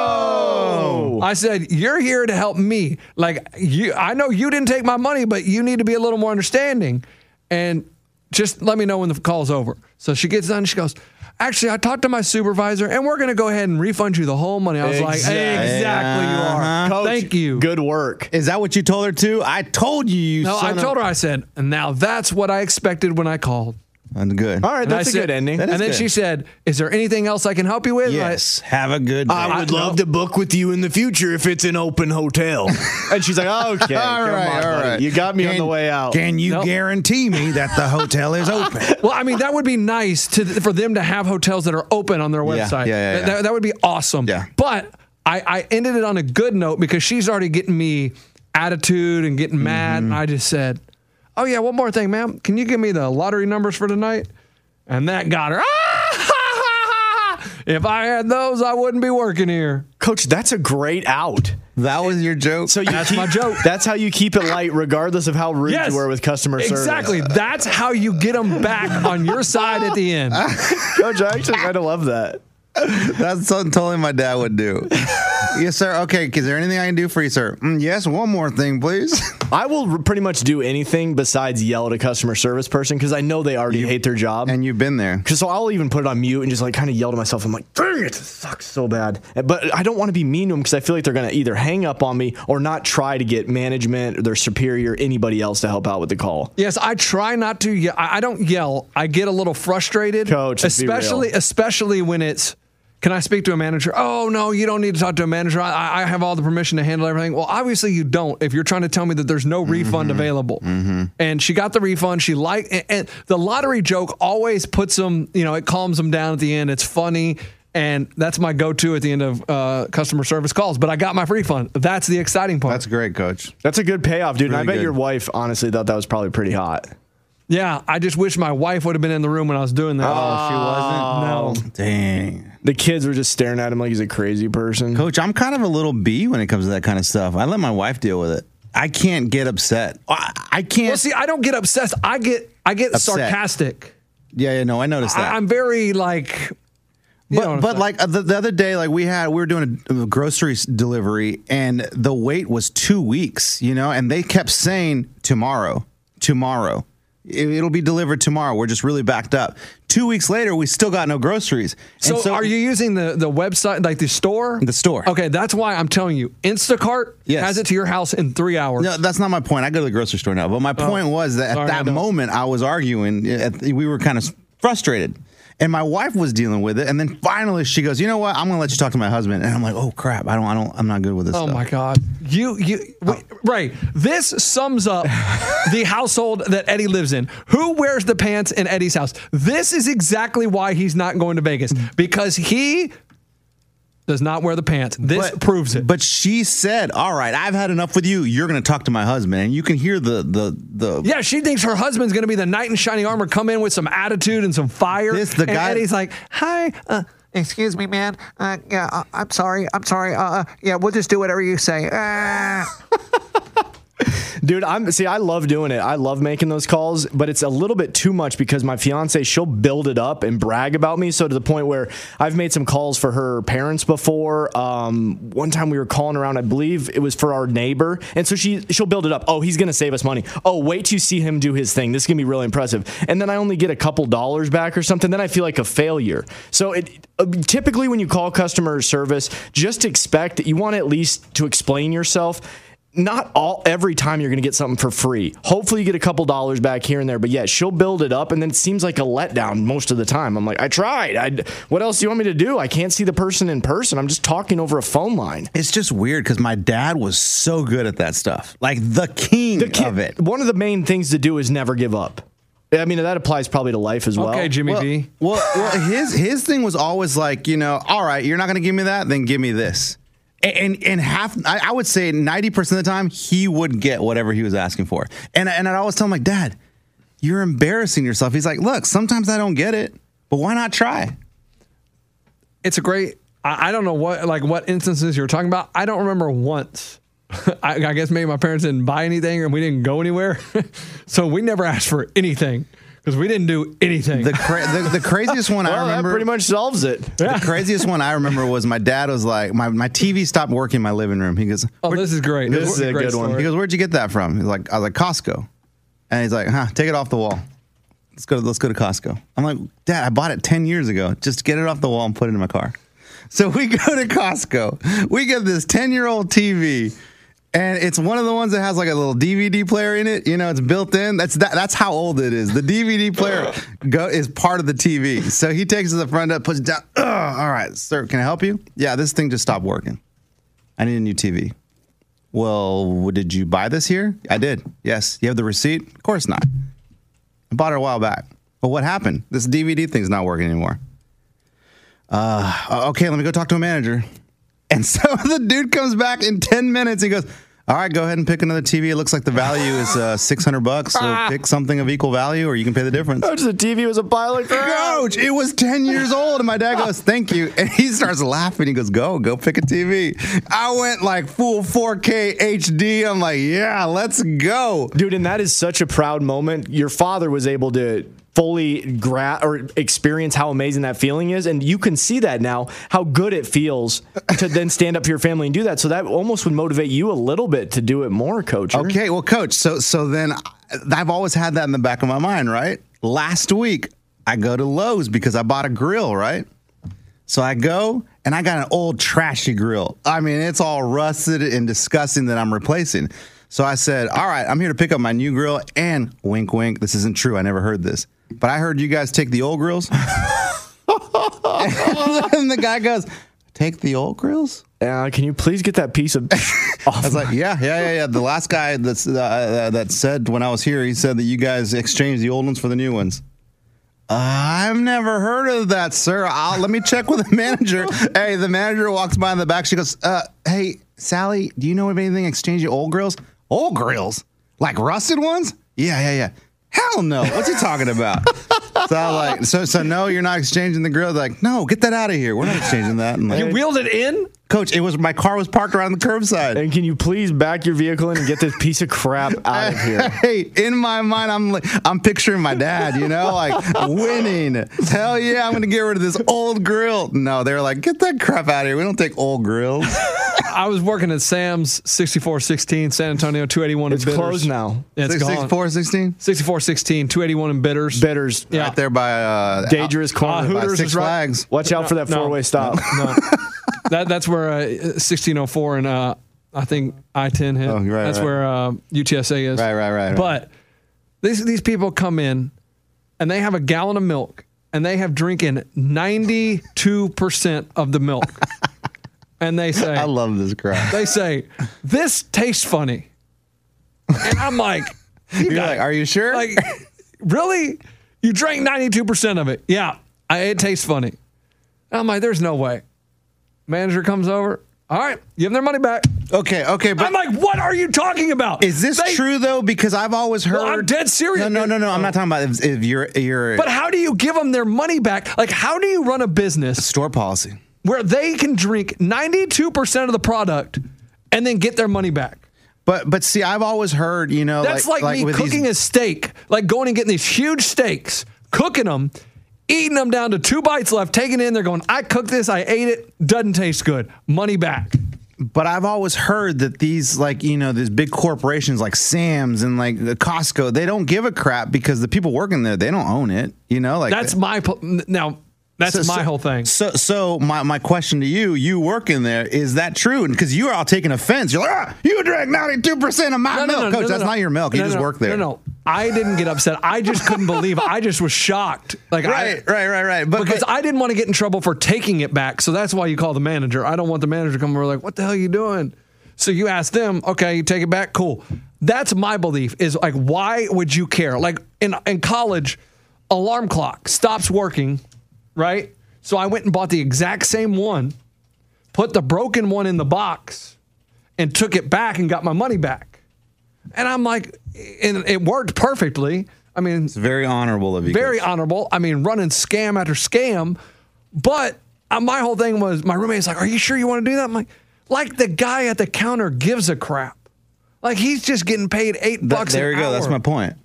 [SPEAKER 2] Oh.
[SPEAKER 3] I said, you're here to help me. Like you, I know you didn't take my money, but you need to be a little more understanding, and just let me know when the call's over. So she gets done. She goes. Actually, I talked to my supervisor, and we're going to go ahead and refund you the whole money. I was like,
[SPEAKER 4] Exactly. Uh-huh.
[SPEAKER 3] exactly, you
[SPEAKER 2] Uh,
[SPEAKER 3] are.
[SPEAKER 4] Coach,
[SPEAKER 3] Thank you.
[SPEAKER 4] Good work.
[SPEAKER 2] Is that what you told her to? I told you. you
[SPEAKER 3] No, I
[SPEAKER 2] son of-
[SPEAKER 3] told her. I said, and now that's what I expected when I called.
[SPEAKER 2] And good.
[SPEAKER 4] All right,
[SPEAKER 3] And
[SPEAKER 4] that's
[SPEAKER 3] I
[SPEAKER 4] a
[SPEAKER 3] said-
[SPEAKER 4] good ending.
[SPEAKER 3] And
[SPEAKER 2] is
[SPEAKER 3] then
[SPEAKER 2] good.
[SPEAKER 3] she said, "Is there anything else I can help you with?" And I-
[SPEAKER 2] Yes. Have a good. Day.
[SPEAKER 5] I would love to book with you in the future if it's an open hotel.
[SPEAKER 4] And she's like, okay,
[SPEAKER 2] all
[SPEAKER 4] come
[SPEAKER 2] right,
[SPEAKER 4] on,
[SPEAKER 2] all
[SPEAKER 4] buddy.
[SPEAKER 2] right.
[SPEAKER 4] You got me on
[SPEAKER 2] Can-
[SPEAKER 4] the way out.
[SPEAKER 2] Can you
[SPEAKER 3] Nope.
[SPEAKER 2] guarantee me that the hotel is open?
[SPEAKER 3] well, I mean, that would be nice to for them to have hotels that are open on their
[SPEAKER 2] Yeah,
[SPEAKER 3] website.
[SPEAKER 2] yeah, yeah,
[SPEAKER 3] That-
[SPEAKER 2] yeah.
[SPEAKER 3] That, that would be awesome.
[SPEAKER 2] Yeah.
[SPEAKER 3] But I, I ended it on a good note because she's already getting me attitude and getting mad,
[SPEAKER 2] Mm-hmm.
[SPEAKER 3] and I just said, "Oh yeah, one more thing, ma'am. Can you give me the lottery numbers for tonight?" And that got her. "Ah, if I had those, I wouldn't be working here.
[SPEAKER 4] Coach, that's a great out.
[SPEAKER 2] that was your joke.
[SPEAKER 4] So you
[SPEAKER 3] That's
[SPEAKER 4] keep-
[SPEAKER 3] my joke.
[SPEAKER 4] That's how you keep it light, regardless of how rude you were with customer service.
[SPEAKER 3] Exactly. That's how you get them back on your side at the end.
[SPEAKER 4] Coach, I actually kind of love that.
[SPEAKER 2] That's something totally my dad would do. yes, sir. Okay. Is there anything I can do for you, sir? Mm, yes. One more thing, please.
[SPEAKER 4] I will r- pretty much do anything besides yell at a customer service person because I know they already hate their job.
[SPEAKER 2] and you've been there.
[SPEAKER 4] 'Cause so I'll even put it on mute and just like kind of yell to myself. I'm like, dang it, this sucks so bad. But I don't want to be mean to them because I feel like they're going to either hang up on me or not try to get management or their superior, anybody else to help out with the call.
[SPEAKER 3] Yes, I try not to. Ye- I I don't yell. I get a little frustrated,
[SPEAKER 4] Coach, let's be real.
[SPEAKER 3] especially especially when it's. Can I speak to a manager? Oh no, you don't need to talk to a manager. I, I have all the permission to handle everything. Well, obviously you don't. If you're trying to tell me that there's no
[SPEAKER 4] Mm-hmm.
[SPEAKER 3] refund available, and she got the refund, she liked, and, and the lottery joke always puts them. You know, it calms them down at the end. It's funny. And that's my go-to at the end of uh, customer service calls. But I got my refund. That's the exciting part.
[SPEAKER 2] That's great, coach.
[SPEAKER 4] That's a good payoff, dude. and I
[SPEAKER 2] Really
[SPEAKER 4] bet
[SPEAKER 2] good.
[SPEAKER 4] your wife honestly thought that was probably pretty hot.
[SPEAKER 3] yeah, I just wish my wife would have been in the room when I was doing that.
[SPEAKER 2] Oh, she wasn't. No. Dang.
[SPEAKER 4] The kids were just staring at him like he's a crazy person.
[SPEAKER 2] Coach, I'm kind of a little B when it comes to that kind of stuff. I let my wife deal with it. I can't get upset. I, I can't.
[SPEAKER 3] Well, see, I don't get obsessed. I get I get
[SPEAKER 2] Upset.
[SPEAKER 3] sarcastic.
[SPEAKER 2] yeah, yeah, no, I noticed that.
[SPEAKER 3] I, I'm very like. you know what
[SPEAKER 2] but
[SPEAKER 3] I'm
[SPEAKER 2] but
[SPEAKER 3] saying.
[SPEAKER 2] like uh, the, the other day, like we had, we were doing a, a grocery s- delivery, and the wait was two weeks, you know, and they kept saying tomorrow, tomorrow, it, it'll be delivered tomorrow. We're just really backed up. Two weeks later, we still got no groceries.
[SPEAKER 3] So, are you using the the website like the store?
[SPEAKER 2] The store.
[SPEAKER 3] Okay, that's why I'm telling you, Instacart
[SPEAKER 2] Yes.
[SPEAKER 3] has it to your house in three hours.
[SPEAKER 2] No, that's not my point. I go to the grocery store now. But my point was that at
[SPEAKER 3] Oh, Sorry, I
[SPEAKER 2] that
[SPEAKER 3] don't.
[SPEAKER 2] moment, I was arguing. eh, At- We were kind of frustrated. And my wife was dealing with it. And then finally she goes, you know what? I'm going to let you talk to my husband. And I'm like, oh, crap. I don't, I don't, I'm not good with this.
[SPEAKER 3] Oh
[SPEAKER 2] stuff." Oh.
[SPEAKER 3] my God! You you wait, right. This sums up the household that Eddie lives in. Who wears the pants in Eddie's house? This is exactly why he's not going to Vegas because he does not wear the pants. This proves it.
[SPEAKER 2] But she said, all right, I've had enough with you. You're going to talk to my husband. And you can hear the, the, the,
[SPEAKER 3] Yeah, she thinks her husband's gonna be the knight in shining armor, come in with some attitude and some fire.
[SPEAKER 2] This the
[SPEAKER 3] and
[SPEAKER 2] guy-
[SPEAKER 3] Eddie's like, "Hi, uh,
[SPEAKER 6] Excuse me, man. Uh, yeah, uh, I'm sorry. I'm sorry. Uh, uh, yeah, we'll just do whatever you say. Ah.
[SPEAKER 4] Dude, I'm see, I love doing it. I love making those calls, but it's a little bit too much because my fiance, she'll build it up and brag about me. So to the point where I've made some calls for her parents before. Um, one time we were calling around, I believe it was for our neighbor, and so she she'll build it up. Oh, he's gonna save us money. Oh, wait till you see him do his thing. This is gonna be really impressive. And then I only get a couple dollars back or something. Then I feel like a failure. So it uh, typically when you call customer service, just expect that you want at least to explain yourself not all every time you're going to get something for free. Hopefully you get a couple dollars back here and there, but yeah, she'll build it up and then it seems like a letdown most of the time. I'm like, I tried. I what else do you want me to do? I can't see the person in person. I'm just talking over a phone line.
[SPEAKER 2] It's just weird because my dad was so good at that stuff, like the king
[SPEAKER 4] The kid-
[SPEAKER 2] of it.
[SPEAKER 4] One of the main things to do is never give up. I mean, that applies probably to life as well.
[SPEAKER 3] okay, Jimmy
[SPEAKER 2] well,
[SPEAKER 3] V.
[SPEAKER 2] Well, well, his his thing was always like, you know, all right, you're not going to give me that, then give me this. A- And and half, I, I would say ninety percent of the time, he would get whatever he was asking for. And I- and I'd always tell him like, Dad, you're embarrassing yourself. He's like, Look, sometimes I don't get it, but why not try?
[SPEAKER 3] it's a great I, I don't know what like what instances you're talking about i don't remember once I, I guess maybe my parents didn't buy anything and we didn't go anywhere so we never asked for anything because we didn't do anything
[SPEAKER 2] The cra- the, the craziest one I
[SPEAKER 4] Well, that
[SPEAKER 2] remember
[SPEAKER 4] pretty much solves it.
[SPEAKER 2] The craziest one I remember was my dad was like, my, my TV stopped working in my living room. He goes,
[SPEAKER 3] oh
[SPEAKER 2] "Where'd-
[SPEAKER 3] this is great
[SPEAKER 4] This is a
[SPEAKER 3] great
[SPEAKER 4] good one.
[SPEAKER 3] story.
[SPEAKER 2] He goes, "Where'd you get that from?" He's like, "I was like Costco," and he's like, "Huh? Take it off the wall. Let's go. To, let's go to Costco." I'm like, "Dad, I bought it ten years ago. Just get it off the wall and put it in my car." So we go to Costco. We get this ten year old TV, and it's one of the ones that has like a little DVD player in it. You know, it's built in. That's that, That's how old it is. The DVD player go is part of the TV. So he takes it to the front up, puts it down. Ugh, all right, sir, can I help you? Yeah, this thing just stopped working. I need a new TV. Well, what- did you buy this here? I did. Yes. You have the receipt? Of course not. I bought it a while back. Well, what happened? This DVD thing's not working anymore. Uh, okay, let me go talk to a manager. And so the dude comes back in 10 minutes and goes, all right, go ahead and pick another TV. It looks like the value is uh, 600 bucks. So pick something of equal value or you can pay the difference.
[SPEAKER 4] The TV was a pile of crap.
[SPEAKER 2] Coach, it was 10 years old. And my dad goes, Thank you. And he starts laughing. He goes, Go, go pick a TV. I went like full 4K HD. I'm like, Yeah, let's go.
[SPEAKER 4] dude and that is such a proud moment your father was able to fully grasp or experience how amazing that feeling is and you can see that now how good it feels to then stand up for your family and do that so that almost would motivate you a little bit to do it more coach
[SPEAKER 2] Okay, well, coach, so so then I- I've always had that in the back of my mind, right? Last week, I go to Lowe's because I bought a grill, right? So I go and I got an old trashy grill. I mean, it's all rusted and disgusting that I'm replacing. So I said, All right, I'm here to pick up my new grill. And wink, wink, this isn't true. I never heard this. But I heard you guys take the old grills. and the guy goes, Take the old grills?
[SPEAKER 4] uh, can you please get that piece of
[SPEAKER 2] I was like, yeah, yeah, yeah, yeah. The last guy that's, uh, uh, that said when I was here, he said that you guys exchanged the old ones for the new ones. I've never heard of that, sir. I'll, let me check with the manager. hey, the manager walks by in the back. She goes, uh, hey, Sally, do you know of anything exchanging old grills? Old grills? Like rusted ones? Yeah, yeah, yeah. Hell no. What's he talking about? so I like, so, so no, you're not exchanging the grill. They're like, no, get that out of here. We're not exchanging that. I'm like,
[SPEAKER 3] you wheeled it in
[SPEAKER 2] Coach, it was my car was parked around the curbside.
[SPEAKER 4] and can you please back your vehicle in and get this piece of crap out of here
[SPEAKER 2] Hey, in my mind, I'm like, I'm picturing my dad, you know, like winning. Hell yeah, I'm gonna get rid of this old grill. No, they're like, get that crap out of here. We don't take old grills.
[SPEAKER 3] i was working at sam's 6416 san antonio 281 in
[SPEAKER 4] it's
[SPEAKER 3] bitters.
[SPEAKER 4] closed now
[SPEAKER 3] yeah, it's
[SPEAKER 2] Six, six,
[SPEAKER 3] gone.
[SPEAKER 2] four, sixteen.
[SPEAKER 3] 6416 281 in bitters
[SPEAKER 4] bitters
[SPEAKER 3] yeah
[SPEAKER 2] Right there by uh,
[SPEAKER 4] dangerous
[SPEAKER 3] Uh,
[SPEAKER 4] corner
[SPEAKER 2] by
[SPEAKER 3] Hooters
[SPEAKER 2] Six
[SPEAKER 3] is right-
[SPEAKER 2] Flags.
[SPEAKER 4] watch out for that
[SPEAKER 3] No,
[SPEAKER 4] four-way stop
[SPEAKER 3] No. that that's where uh, 1604 and uh, I think I 10 hit.
[SPEAKER 2] Oh, right,
[SPEAKER 3] that's
[SPEAKER 2] right.
[SPEAKER 3] where uh, UTSA is.
[SPEAKER 2] Right, right, right, right.
[SPEAKER 3] But these these people come in and they have a gallon of milk and they have drinking 92 percent of the milk, and they say,
[SPEAKER 2] I love this crap.
[SPEAKER 3] they say, this tastes funny, and I'm like, you
[SPEAKER 2] You're
[SPEAKER 3] got
[SPEAKER 2] like, are you sure?
[SPEAKER 3] like, really? You drank 92% of it. Yeah, I, it tastes funny. And I'm like, there's no way. Manager comes over. All right, give them their money back.
[SPEAKER 2] okay, okay, but
[SPEAKER 3] I'm like, what are you talking about?
[SPEAKER 2] is this
[SPEAKER 3] They-
[SPEAKER 2] true though? Because I've always heard.
[SPEAKER 3] Well, I'm dead serious. Oh.
[SPEAKER 2] No, no, no, no. I'm not talking about if, if you're you're
[SPEAKER 3] But how do you give them their money back? Like, how do you run a business
[SPEAKER 2] store policy.
[SPEAKER 3] where they can drink 92% of the product and then get their money back?
[SPEAKER 2] But but see, I've always heard, you know,
[SPEAKER 3] That's like, me
[SPEAKER 2] with these-
[SPEAKER 3] cooking a steak, like going and getting these huge steaks, cooking them, eating them down to two bites left, taking it in. They're going, I cooked this, I ate it, doesn't taste good. Money back.
[SPEAKER 2] But I've always heard that these, like, you know, these big corporations like Sam's and like the Costco, they don't give a crap because the people working there, they don't own it. You know, like uh,
[SPEAKER 3] That's my pl- now. That's
[SPEAKER 2] So-
[SPEAKER 3] my
[SPEAKER 2] so-
[SPEAKER 3] whole thing.
[SPEAKER 2] So, so my, my question to you, you work in there, is that true? And because you are all taking offense, you're like, ah, you drank ninety two percent of my milk, coach. that's not your milk. You
[SPEAKER 3] No, no,
[SPEAKER 2] just
[SPEAKER 3] no.
[SPEAKER 2] work there.
[SPEAKER 3] No, no. I didn't get upset. I just couldn't believe. I just was shocked. Like I,
[SPEAKER 2] Right, right, right, right. But
[SPEAKER 3] because
[SPEAKER 2] but-
[SPEAKER 3] I didn't want to get in trouble for taking it back. So that's why you call the manager. I don't want the manager to come over like, "What the hell are you doing?" So you ask them, "Okay, you take it back, cool." That's my belief is like, why would you care? Like in in college, alarm clock stops working, right? So I went and bought the exact same one, put the broken one in the box, and took it back and got my money back. And I'm like, and it worked perfectly. I mean,
[SPEAKER 2] it's very honorable of you.
[SPEAKER 3] very
[SPEAKER 2] Coach.
[SPEAKER 3] honorable. I mean, running scam after scam. But uh, my whole thing was my roommate's like, "Are you sure you want to do that?" I'm like, "Like the guy at the counter gives a crap. Like he's just getting paid eight
[SPEAKER 2] Th-
[SPEAKER 3] bucks.
[SPEAKER 2] there
[SPEAKER 3] an
[SPEAKER 2] you go. That's
[SPEAKER 3] hour."
[SPEAKER 2] my point.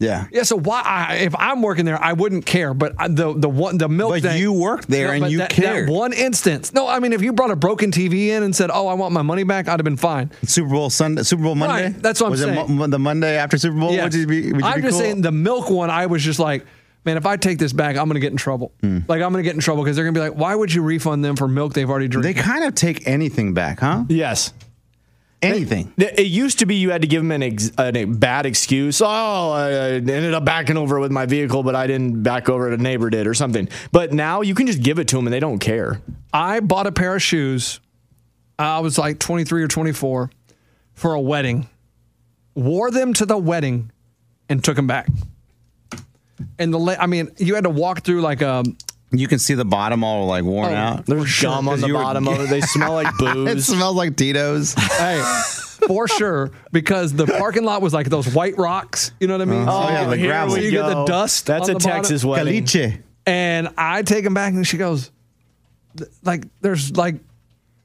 [SPEAKER 2] Yeah.
[SPEAKER 3] Yeah. So why? I, if I'm working there, I wouldn't care. But I, the the one the milk.
[SPEAKER 2] But
[SPEAKER 3] thing-
[SPEAKER 2] you worked there and
[SPEAKER 3] but
[SPEAKER 2] you
[SPEAKER 3] that,
[SPEAKER 2] cared.
[SPEAKER 3] That one instance. No, I mean, if you brought a broken TV in and said, "Oh, I want my money back," I'd have been fine.
[SPEAKER 2] Super Bowl Sunday, Super Bowl Monday.
[SPEAKER 3] Right, that's what I'm
[SPEAKER 2] was it
[SPEAKER 3] saying.
[SPEAKER 2] mo- the Monday after Super Bowl?
[SPEAKER 3] Yeah.
[SPEAKER 2] Would you be, would you
[SPEAKER 3] I'm
[SPEAKER 2] be
[SPEAKER 3] just
[SPEAKER 2] cool?
[SPEAKER 3] saying the milk one. I was just like, man, if I take this back, I'm gonna get in trouble.
[SPEAKER 2] Hmm.
[SPEAKER 3] Like I'm gonna get in trouble because they're gonna be like, why would you refund them for milk they've already
[SPEAKER 2] they
[SPEAKER 3] drank?
[SPEAKER 2] kind of take anything back, huh?
[SPEAKER 4] Yes.
[SPEAKER 2] Anything.
[SPEAKER 4] Th- It used to be you had to give them an, ex- an, a bad excuse. Oh, I I ended up backing over with my vehicle, but I didn't back over it. A neighbor did or something. But now you can just give it to them and they don't care.
[SPEAKER 3] I bought a pair of shoes. I was like 23 or 24 for a wedding. Wore them to the wedding and took them back. And the la- I mean, you had to walk through like um
[SPEAKER 2] You can see the bottom all like worn
[SPEAKER 3] Oh,
[SPEAKER 2] out.
[SPEAKER 4] There's gum on
[SPEAKER 2] 'Cause
[SPEAKER 4] the
[SPEAKER 2] you were-
[SPEAKER 4] bottom of it. They smell like
[SPEAKER 2] It
[SPEAKER 4] booze.
[SPEAKER 2] smells like Tito's.
[SPEAKER 3] hey, for sure because the parking lot was like those white rocks, you know what I mean?
[SPEAKER 2] Oh,
[SPEAKER 3] So
[SPEAKER 2] yeah,
[SPEAKER 3] you-
[SPEAKER 2] the
[SPEAKER 3] here
[SPEAKER 2] gravel.
[SPEAKER 3] we
[SPEAKER 2] You
[SPEAKER 3] get the
[SPEAKER 4] go.
[SPEAKER 3] dust.
[SPEAKER 4] That's
[SPEAKER 3] on
[SPEAKER 4] a
[SPEAKER 3] the bottom.
[SPEAKER 4] Texas wedding.
[SPEAKER 2] Caliche.
[SPEAKER 3] and I take him back, and she goes, th- like, there's like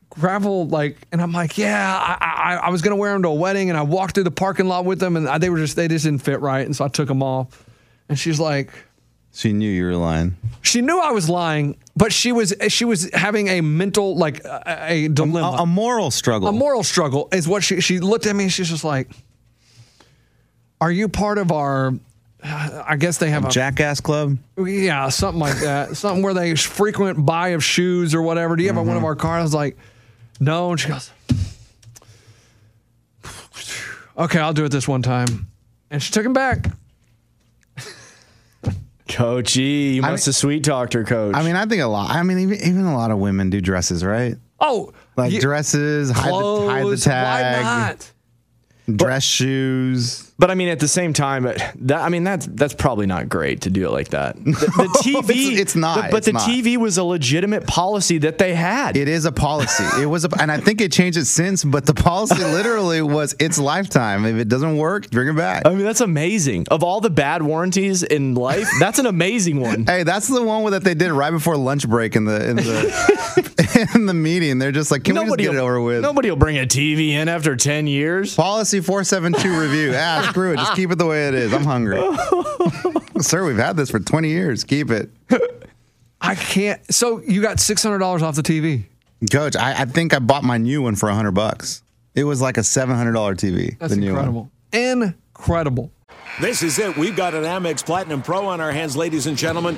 [SPEAKER 3] gravel, like, and I'm like, yeah, I, I, I was gonna wear them to a wedding, and I walked through the parking lot with them, and I, they were just, they just didn't fit right, and so I took them off, and she's like,
[SPEAKER 2] She knew you were lying.
[SPEAKER 3] she knew I was lying, but she was, she was having a mental, like, a, a dilemma,
[SPEAKER 2] A, a moral struggle.
[SPEAKER 3] a moral struggle is what she she looked at me and she's just like are you part of our I guess they have a
[SPEAKER 2] Jackass Club.
[SPEAKER 3] yeah, something like that. something where they frequent buy of shoes or whatever. Do you have one
[SPEAKER 2] Mm-hmm.
[SPEAKER 3] of our cars? I was like, no. And she goes, okay, I'll do it this one time. And she took him back.
[SPEAKER 4] Coach E, you
[SPEAKER 2] I
[SPEAKER 4] must
[SPEAKER 2] mean-
[SPEAKER 4] have sweet talked her, coach.
[SPEAKER 2] I mean, I think a lot. I mean, even, even a lot of women do dresses, right?
[SPEAKER 3] Oh,
[SPEAKER 2] Like
[SPEAKER 3] you-
[SPEAKER 2] dresses, hide the, hide the
[SPEAKER 3] clothes,
[SPEAKER 2] tag,
[SPEAKER 3] Why not?
[SPEAKER 2] dress shoes.
[SPEAKER 4] But I mean, at the same time, uh, that I mean, that's that's probably not great to do it like that. The, the TV,
[SPEAKER 2] it's- it's not,
[SPEAKER 4] but
[SPEAKER 2] it's
[SPEAKER 4] the
[SPEAKER 2] not.
[SPEAKER 4] TV was a legitimate policy that they had.
[SPEAKER 2] It is a policy. It was, a, and I think it changed it since. But the policy literally was its lifetime. If it doesn't work, bring it back.
[SPEAKER 4] I mean, that's amazing. Of all the bad warranties in life, that's an amazing one.
[SPEAKER 2] Hey, that's the one that they did right before lunch break in the in the in the meeting. They're just like, can we just get it
[SPEAKER 4] will-
[SPEAKER 2] over with?
[SPEAKER 4] Nobody will bring a TV in after ten years.
[SPEAKER 2] Policy four seven two review. Ah, screw it. Just keep it the way it is. I'm hungry, sir. We've had this for twenty years. Keep it,
[SPEAKER 3] I can't. So you got six hundred dollars off the TV.
[SPEAKER 2] Coach. I, I think I bought my new one for hundred bucks. It was like a seven hundred dollar TV.
[SPEAKER 3] That's
[SPEAKER 2] the new
[SPEAKER 3] incredible. Incredible.
[SPEAKER 7] This is it. We've got an Amex Platinum Pro on our hands, ladies and gentlemen.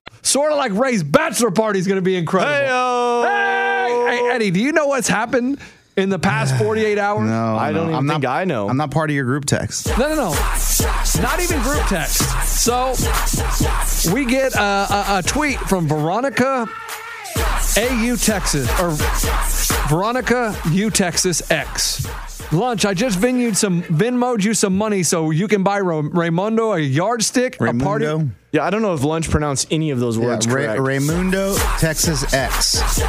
[SPEAKER 3] Sort of like Ray's bachelor party is going to be incredible.
[SPEAKER 4] uh,
[SPEAKER 3] Hey, hey, Eddie, do you know what's happened in the past 48 hours?
[SPEAKER 2] No,
[SPEAKER 3] I don't
[SPEAKER 2] no,
[SPEAKER 3] even
[SPEAKER 2] I'm
[SPEAKER 3] think
[SPEAKER 2] not,
[SPEAKER 3] I know.
[SPEAKER 2] I'm not part of your group text.
[SPEAKER 3] No, no, no. Not even group text. So we get a, a, a tweet from Veronica AU Texas or Veronica U Texas X. Lunch. I just venued some Venmoed you some money so you can buy Ro- Raymundo a yardstick, a party.
[SPEAKER 2] Raymundo?
[SPEAKER 4] Yeah, I don't know if Lunch pronounced any of those words
[SPEAKER 2] Ra-
[SPEAKER 4] correct.
[SPEAKER 2] Raymundo, Texas X.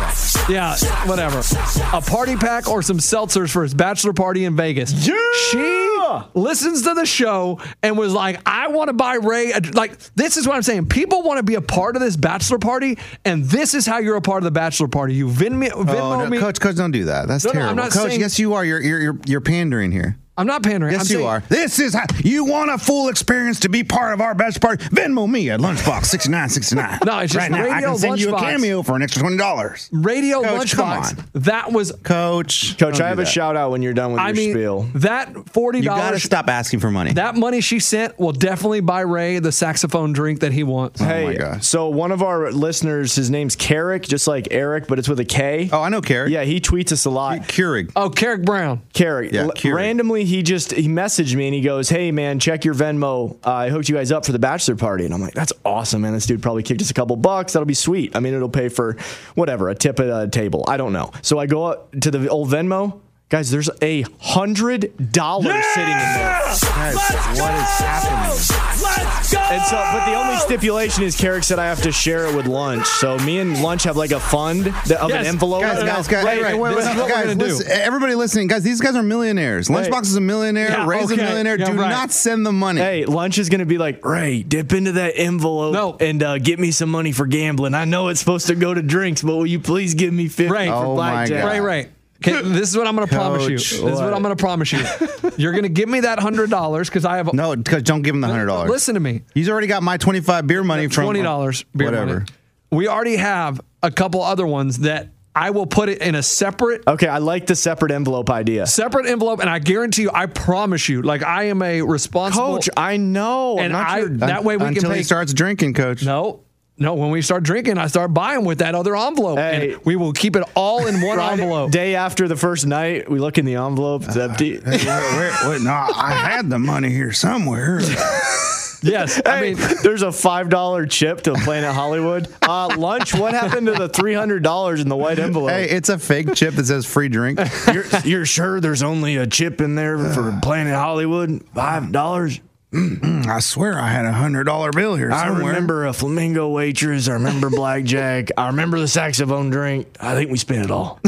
[SPEAKER 3] Yeah, whatever. A party pack or some seltzers for his bachelor party in Vegas. Yeah! She listens to the show and was like, I want to buy Ray. a- Like, this is what I'm saying. People want to be a part of this bachelor party, and this is how you're a part of the bachelor party. You Vin me. Venmo
[SPEAKER 2] Oh, no,
[SPEAKER 3] me.
[SPEAKER 2] coach, coach, don't do that. That's
[SPEAKER 3] No, no, I'm
[SPEAKER 2] terrible.
[SPEAKER 3] not
[SPEAKER 2] coach,
[SPEAKER 3] saying-
[SPEAKER 2] yes, you are. You're, you're, you're, you're pandering here.
[SPEAKER 3] I'm not pandering.
[SPEAKER 2] Yes,
[SPEAKER 3] I'm
[SPEAKER 2] you
[SPEAKER 3] saying-
[SPEAKER 2] are. This is how you want a full experience to be part of our bachelor party. Venmo me at lunchbox sixty nine sixty nine.
[SPEAKER 3] No, it's just
[SPEAKER 2] right now. I
[SPEAKER 3] Radio
[SPEAKER 2] can send you a
[SPEAKER 3] Lunchbox.
[SPEAKER 2] cameo for an extra twenty dollars.
[SPEAKER 3] Radio
[SPEAKER 2] Coach, come
[SPEAKER 3] lunchbox.
[SPEAKER 2] on.
[SPEAKER 3] That was.
[SPEAKER 2] Coach,
[SPEAKER 4] Coach,
[SPEAKER 2] don't
[SPEAKER 4] I
[SPEAKER 2] do
[SPEAKER 4] have a
[SPEAKER 2] that. oh
[SPEAKER 4] shout out when you're done with
[SPEAKER 3] I
[SPEAKER 4] your
[SPEAKER 3] mean,
[SPEAKER 4] spiel.
[SPEAKER 3] that forty
[SPEAKER 2] You gotta
[SPEAKER 3] dollars.
[SPEAKER 2] stop asking for money.
[SPEAKER 3] That money she sent will definitely buy Ray the saxophone drink that he wants.
[SPEAKER 4] hey,
[SPEAKER 2] gosh.
[SPEAKER 4] so one of our listeners, his name's Carrick, just like Eric, but it's with a K.
[SPEAKER 2] oh, I know, Carrie.
[SPEAKER 4] Yeah, he tweets us a lot.
[SPEAKER 2] Keurig.
[SPEAKER 3] Oh, Carrick Brown.
[SPEAKER 4] Carrick,
[SPEAKER 2] Yeah,
[SPEAKER 4] l-
[SPEAKER 2] Carrick.
[SPEAKER 4] randomly he just he messaged me and he goes, "Hey man, check your Venmo. Uh, I hooked you guys up for the bachelor party." And I'm like, "That's awesome, man. This dude probably kicked us a couple bucks. That'll be sweet. I mean, it'll pay for whatever a tip at a table. I don't know." So I go up to the old Venmo. Guys, there's a hundred dollars sitting in there.
[SPEAKER 2] Guys, what is happening?
[SPEAKER 4] And so, but the only stipulation is Carrick said I have to share it with lunch. So me and lunch have like a fund that- of an
[SPEAKER 3] Yes.
[SPEAKER 4] envelope.
[SPEAKER 2] Guys, guys, guys,
[SPEAKER 3] Right,
[SPEAKER 2] hey,
[SPEAKER 3] right.
[SPEAKER 2] wait,
[SPEAKER 3] This
[SPEAKER 2] wait,
[SPEAKER 3] is what we're
[SPEAKER 2] guys,
[SPEAKER 3] gonna do.
[SPEAKER 2] listen, everybody listening, guys, these guys are millionaires. Lunchbox is a millionaire.
[SPEAKER 3] Yeah,
[SPEAKER 2] Ray's
[SPEAKER 3] okay.
[SPEAKER 2] a millionaire.
[SPEAKER 3] Yeah,
[SPEAKER 2] do
[SPEAKER 3] right.
[SPEAKER 2] not send the money.
[SPEAKER 4] Hey, lunch is gonna be like Ray. Dip into that envelope
[SPEAKER 3] No.
[SPEAKER 4] and uh, get me some money for gambling. I know it's supposed to go to drinks, but will you please give me fifty
[SPEAKER 3] Ray.
[SPEAKER 4] for
[SPEAKER 2] Oh my
[SPEAKER 4] blackjack?
[SPEAKER 2] God.
[SPEAKER 3] Ray, Ray. Okay, this is what I'm going to promise you. This
[SPEAKER 2] Coach,
[SPEAKER 3] is what
[SPEAKER 4] what?
[SPEAKER 3] I'm going to promise you. You're going to give me that hundred dollars because I have.
[SPEAKER 2] No, because Oh, don't give him the hundred dollars.
[SPEAKER 3] Listen to me.
[SPEAKER 2] he's already got my twenty-five beer money from
[SPEAKER 3] Twenty dollars. Beer
[SPEAKER 2] whatever.
[SPEAKER 3] money. We already have a couple other ones that I will put it in a separate
[SPEAKER 4] Okay, I like the separate envelope idea.
[SPEAKER 3] separate envelope, and I guarantee you, I promise you, like I am a responsible
[SPEAKER 4] Coach, I know. I'm
[SPEAKER 3] and
[SPEAKER 4] not
[SPEAKER 3] I
[SPEAKER 4] your-
[SPEAKER 3] that way we
[SPEAKER 2] until
[SPEAKER 3] can pay.
[SPEAKER 2] he starts drinking, coach.
[SPEAKER 3] no. No, when we start drinking, I start buying with that other envelope,
[SPEAKER 4] Hey.
[SPEAKER 3] and we will keep it all in one envelope.
[SPEAKER 4] Day after the first night, we look in the envelope. It's empty.
[SPEAKER 2] Wait, wait, wait, no, I had the money here somewhere.
[SPEAKER 3] Yes, I mean,
[SPEAKER 4] There's a five dollar chip to Planet Hollywood. Uh, lunch. What happened to the three hundred dollars in the white envelope?
[SPEAKER 2] hey, it's a fake chip that says free drink.
[SPEAKER 4] you're, you're sure there's only a chip in there for Planet Hollywood? Five dollars.
[SPEAKER 2] I swear I had a hundred dollar bill here
[SPEAKER 4] I
[SPEAKER 2] somewhere.
[SPEAKER 4] remember a flamingo waitress. I remember blackjack. I remember the saxophone drink. I think we spent it all.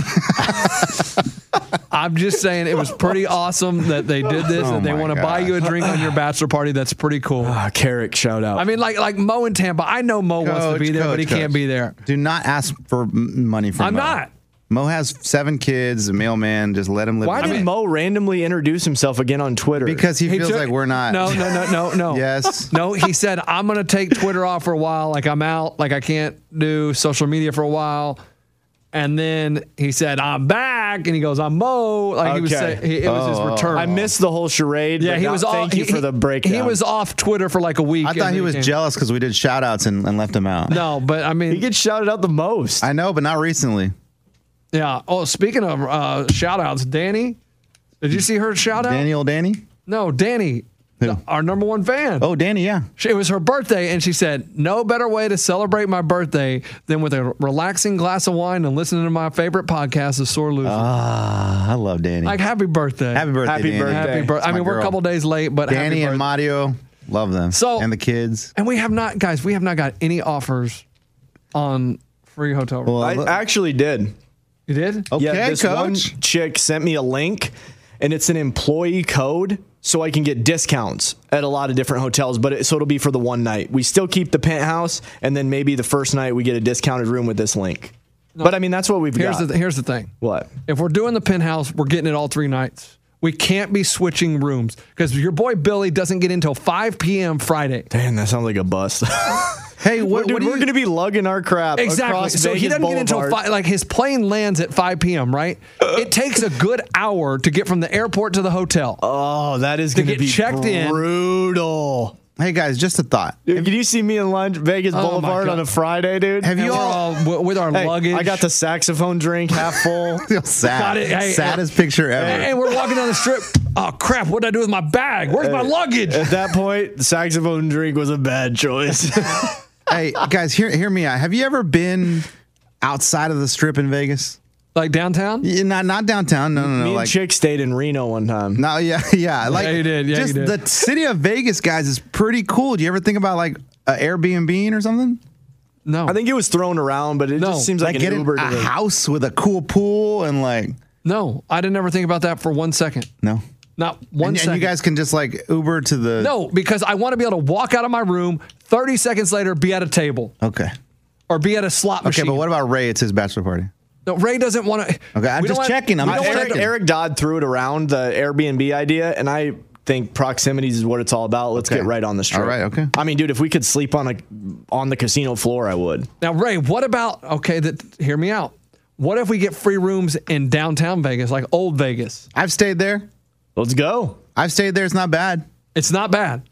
[SPEAKER 3] I'm just saying it was pretty awesome that they did this
[SPEAKER 2] Oh
[SPEAKER 3] and they
[SPEAKER 2] my
[SPEAKER 3] want to buy
[SPEAKER 2] gosh.
[SPEAKER 3] you a drink on your bachelor party. That's pretty cool.
[SPEAKER 4] Ah, Carrick, shout out.
[SPEAKER 3] I mean, like like Mo in Tampa. I know Mo wants to
[SPEAKER 2] Coach,
[SPEAKER 3] be there, but
[SPEAKER 2] coach,
[SPEAKER 3] he can't
[SPEAKER 2] coach.
[SPEAKER 3] be there.
[SPEAKER 2] Do not ask for m- money from.
[SPEAKER 3] I'm
[SPEAKER 2] Mo.
[SPEAKER 3] not.
[SPEAKER 2] Mo has seven kids, a mailman. Just let him live.
[SPEAKER 4] why
[SPEAKER 2] his
[SPEAKER 4] did
[SPEAKER 2] life.
[SPEAKER 4] Mo randomly introduce himself again on Twitter?
[SPEAKER 2] Because he, feels
[SPEAKER 3] took-
[SPEAKER 2] like we're not.
[SPEAKER 3] No, no, no, no, no.
[SPEAKER 2] Yes.
[SPEAKER 3] No, he said I'm gonna take Twitter off for a while. Like I'm out. Like I can't do social media for a while. And then he said I'm back, and he goes I'm Mo. Like he was
[SPEAKER 4] Okay. Oh.
[SPEAKER 3] saying, he, it was his return.
[SPEAKER 4] I missed the whole charade.
[SPEAKER 3] Yeah,
[SPEAKER 4] but
[SPEAKER 3] he
[SPEAKER 4] not-
[SPEAKER 3] was off.
[SPEAKER 4] Thank you
[SPEAKER 3] he-
[SPEAKER 4] for the
[SPEAKER 3] he-
[SPEAKER 4] breakdown.
[SPEAKER 3] He was off Twitter for like a week.
[SPEAKER 2] I
[SPEAKER 3] and
[SPEAKER 2] thought
[SPEAKER 3] then
[SPEAKER 2] he was
[SPEAKER 3] came-
[SPEAKER 2] jealous because we did shout outs and, and left him out.
[SPEAKER 3] No, but I mean,
[SPEAKER 4] He gets shouted out the most.
[SPEAKER 2] I know, but not recently.
[SPEAKER 3] Yeah. Oh, speaking of uh, shout outs, Danny, did you see her shout out?
[SPEAKER 2] Daniel, Danny.
[SPEAKER 3] No, Danny,
[SPEAKER 2] Who?
[SPEAKER 3] our number one fan.
[SPEAKER 2] Oh, Danny, yeah.
[SPEAKER 3] She- It was her birthday, and she said, No better way to celebrate my birthday than with a relaxing glass of wine and listening to my favorite podcast, The Sore Loser.
[SPEAKER 2] Ah, I love Danny.
[SPEAKER 3] like, happy birthday.
[SPEAKER 2] happy birthday,
[SPEAKER 4] Happy
[SPEAKER 2] Danny.
[SPEAKER 4] birthday.
[SPEAKER 3] Happy birthday. I
[SPEAKER 2] my
[SPEAKER 3] mean, we're a
[SPEAKER 2] girl.
[SPEAKER 3] couple days late, but
[SPEAKER 2] Danny
[SPEAKER 3] happy
[SPEAKER 2] and
[SPEAKER 3] birth-
[SPEAKER 2] Mario, love them.
[SPEAKER 3] So-
[SPEAKER 2] and the kids.
[SPEAKER 3] And we have not, guys, we have not got any offers on free hotel room.
[SPEAKER 4] I actually did.
[SPEAKER 3] you did?
[SPEAKER 2] okay,
[SPEAKER 4] yeah, this
[SPEAKER 2] coach.
[SPEAKER 4] one chick sent me a link, and it's an employee code. so I can get discounts at a lot of different hotels. But it, so it'll be for the one night. We still keep the penthouse, and then maybe the first night we get a discounted room with this link. but I mean, that's what we've
[SPEAKER 3] here's
[SPEAKER 4] got.
[SPEAKER 3] The, here's the thing.
[SPEAKER 4] What?
[SPEAKER 3] If we're doing the penthouse, we're getting it all three nights. We can't be switching rooms because your boy Billy doesn't get in until 5 p.m. Friday.
[SPEAKER 4] Damn, that sounds like a bust.
[SPEAKER 3] hey, what,
[SPEAKER 4] Dude,
[SPEAKER 3] what do
[SPEAKER 4] we're
[SPEAKER 3] you-
[SPEAKER 4] going to be lugging our crap
[SPEAKER 3] Exactly.
[SPEAKER 4] across
[SPEAKER 3] So he
[SPEAKER 4] Vegas
[SPEAKER 3] doesn't get until
[SPEAKER 4] Boulevard.
[SPEAKER 3] five, like his plane lands at 5 p.m. Right? it takes a good hour to get from the airport to the hotel.
[SPEAKER 4] Oh, that is
[SPEAKER 3] to
[SPEAKER 4] gonna
[SPEAKER 3] get
[SPEAKER 4] be
[SPEAKER 3] checked in.
[SPEAKER 4] brutal.
[SPEAKER 2] Hey guys, just a thought.
[SPEAKER 4] Dude, can you see me in lunch, Vegas
[SPEAKER 3] Oh my
[SPEAKER 4] Boulevard on
[SPEAKER 3] God.
[SPEAKER 4] a Friday, dude?
[SPEAKER 2] Have
[SPEAKER 3] And
[SPEAKER 2] you
[SPEAKER 3] we're
[SPEAKER 2] all
[SPEAKER 3] all w- with our
[SPEAKER 4] Hey,
[SPEAKER 3] luggage.
[SPEAKER 4] I got the saxophone drink half full.
[SPEAKER 3] Got
[SPEAKER 2] sad?
[SPEAKER 3] it. Hey,
[SPEAKER 2] Saddest picture ever.
[SPEAKER 3] And we're walking down the strip. Oh crap! What did I do with my bag? Where's my luggage?
[SPEAKER 4] At that point, the saxophone drink was a bad choice.
[SPEAKER 2] hey guys, hear hear me out. Have you ever been outside of the strip in Vegas?
[SPEAKER 3] Like downtown?
[SPEAKER 2] Yeah, not not downtown. No, no,
[SPEAKER 4] Me
[SPEAKER 2] no.
[SPEAKER 4] and
[SPEAKER 2] Like
[SPEAKER 4] Chick stayed in Reno one time.
[SPEAKER 2] no, yeah, yeah. Like
[SPEAKER 3] you did, yeah, you
[SPEAKER 2] just
[SPEAKER 3] did.
[SPEAKER 2] the city of Vegas, guys, is pretty cool. Do you ever think about like a Airbnb or something?
[SPEAKER 3] No.
[SPEAKER 4] I think it was thrown around, but it
[SPEAKER 3] No.
[SPEAKER 4] just seems like, an
[SPEAKER 2] getting
[SPEAKER 4] Uber
[SPEAKER 2] a
[SPEAKER 4] to me.
[SPEAKER 2] house with a cool pool and like
[SPEAKER 3] no. I didn't ever think about that for one second.
[SPEAKER 2] no.
[SPEAKER 3] Not one
[SPEAKER 2] and,
[SPEAKER 3] second.
[SPEAKER 2] and you guys can just like Uber to the
[SPEAKER 3] no, because I want to be able to walk out of my room. Thirty seconds later, be at a table
[SPEAKER 2] Okay.
[SPEAKER 3] or be at a slot
[SPEAKER 2] Okay,
[SPEAKER 3] machine.
[SPEAKER 2] but what about Ray? It's his bachelor party.
[SPEAKER 3] No, Ray doesn't want to.
[SPEAKER 2] Okay, I'm just checking. I'm
[SPEAKER 3] we
[SPEAKER 2] just
[SPEAKER 3] don't wanna-
[SPEAKER 4] Eric,
[SPEAKER 2] checking.
[SPEAKER 4] Eric Dodd threw it around the Airbnb idea, and I think proximities is what it's all about. Let's
[SPEAKER 2] Okay.
[SPEAKER 4] get right on the strip.
[SPEAKER 2] All right, okay.
[SPEAKER 4] I mean, dude, if we could sleep on a on the casino floor, I would.
[SPEAKER 3] Now, Ray, what about okay? That hear me out. What if we get free rooms in downtown Vegas, like old Vegas?
[SPEAKER 2] I've stayed there.
[SPEAKER 4] Let's go.
[SPEAKER 2] I've stayed there. It's not bad.
[SPEAKER 3] It's not bad.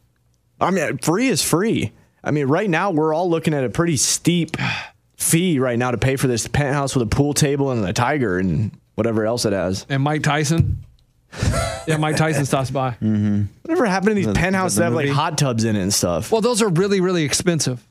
[SPEAKER 4] I mean, free is free. I mean, right now we're all looking at a pretty steep fee right now to pay for this penthouse with a pool table and a tiger and whatever else it has.
[SPEAKER 3] And Mike Tyson. yeah, Mike Tyson stops by.
[SPEAKER 2] Hmm.
[SPEAKER 4] Whatever happened to these penthouses that have like hot tubs in it and stuff?
[SPEAKER 3] Well, those are really, really expensive.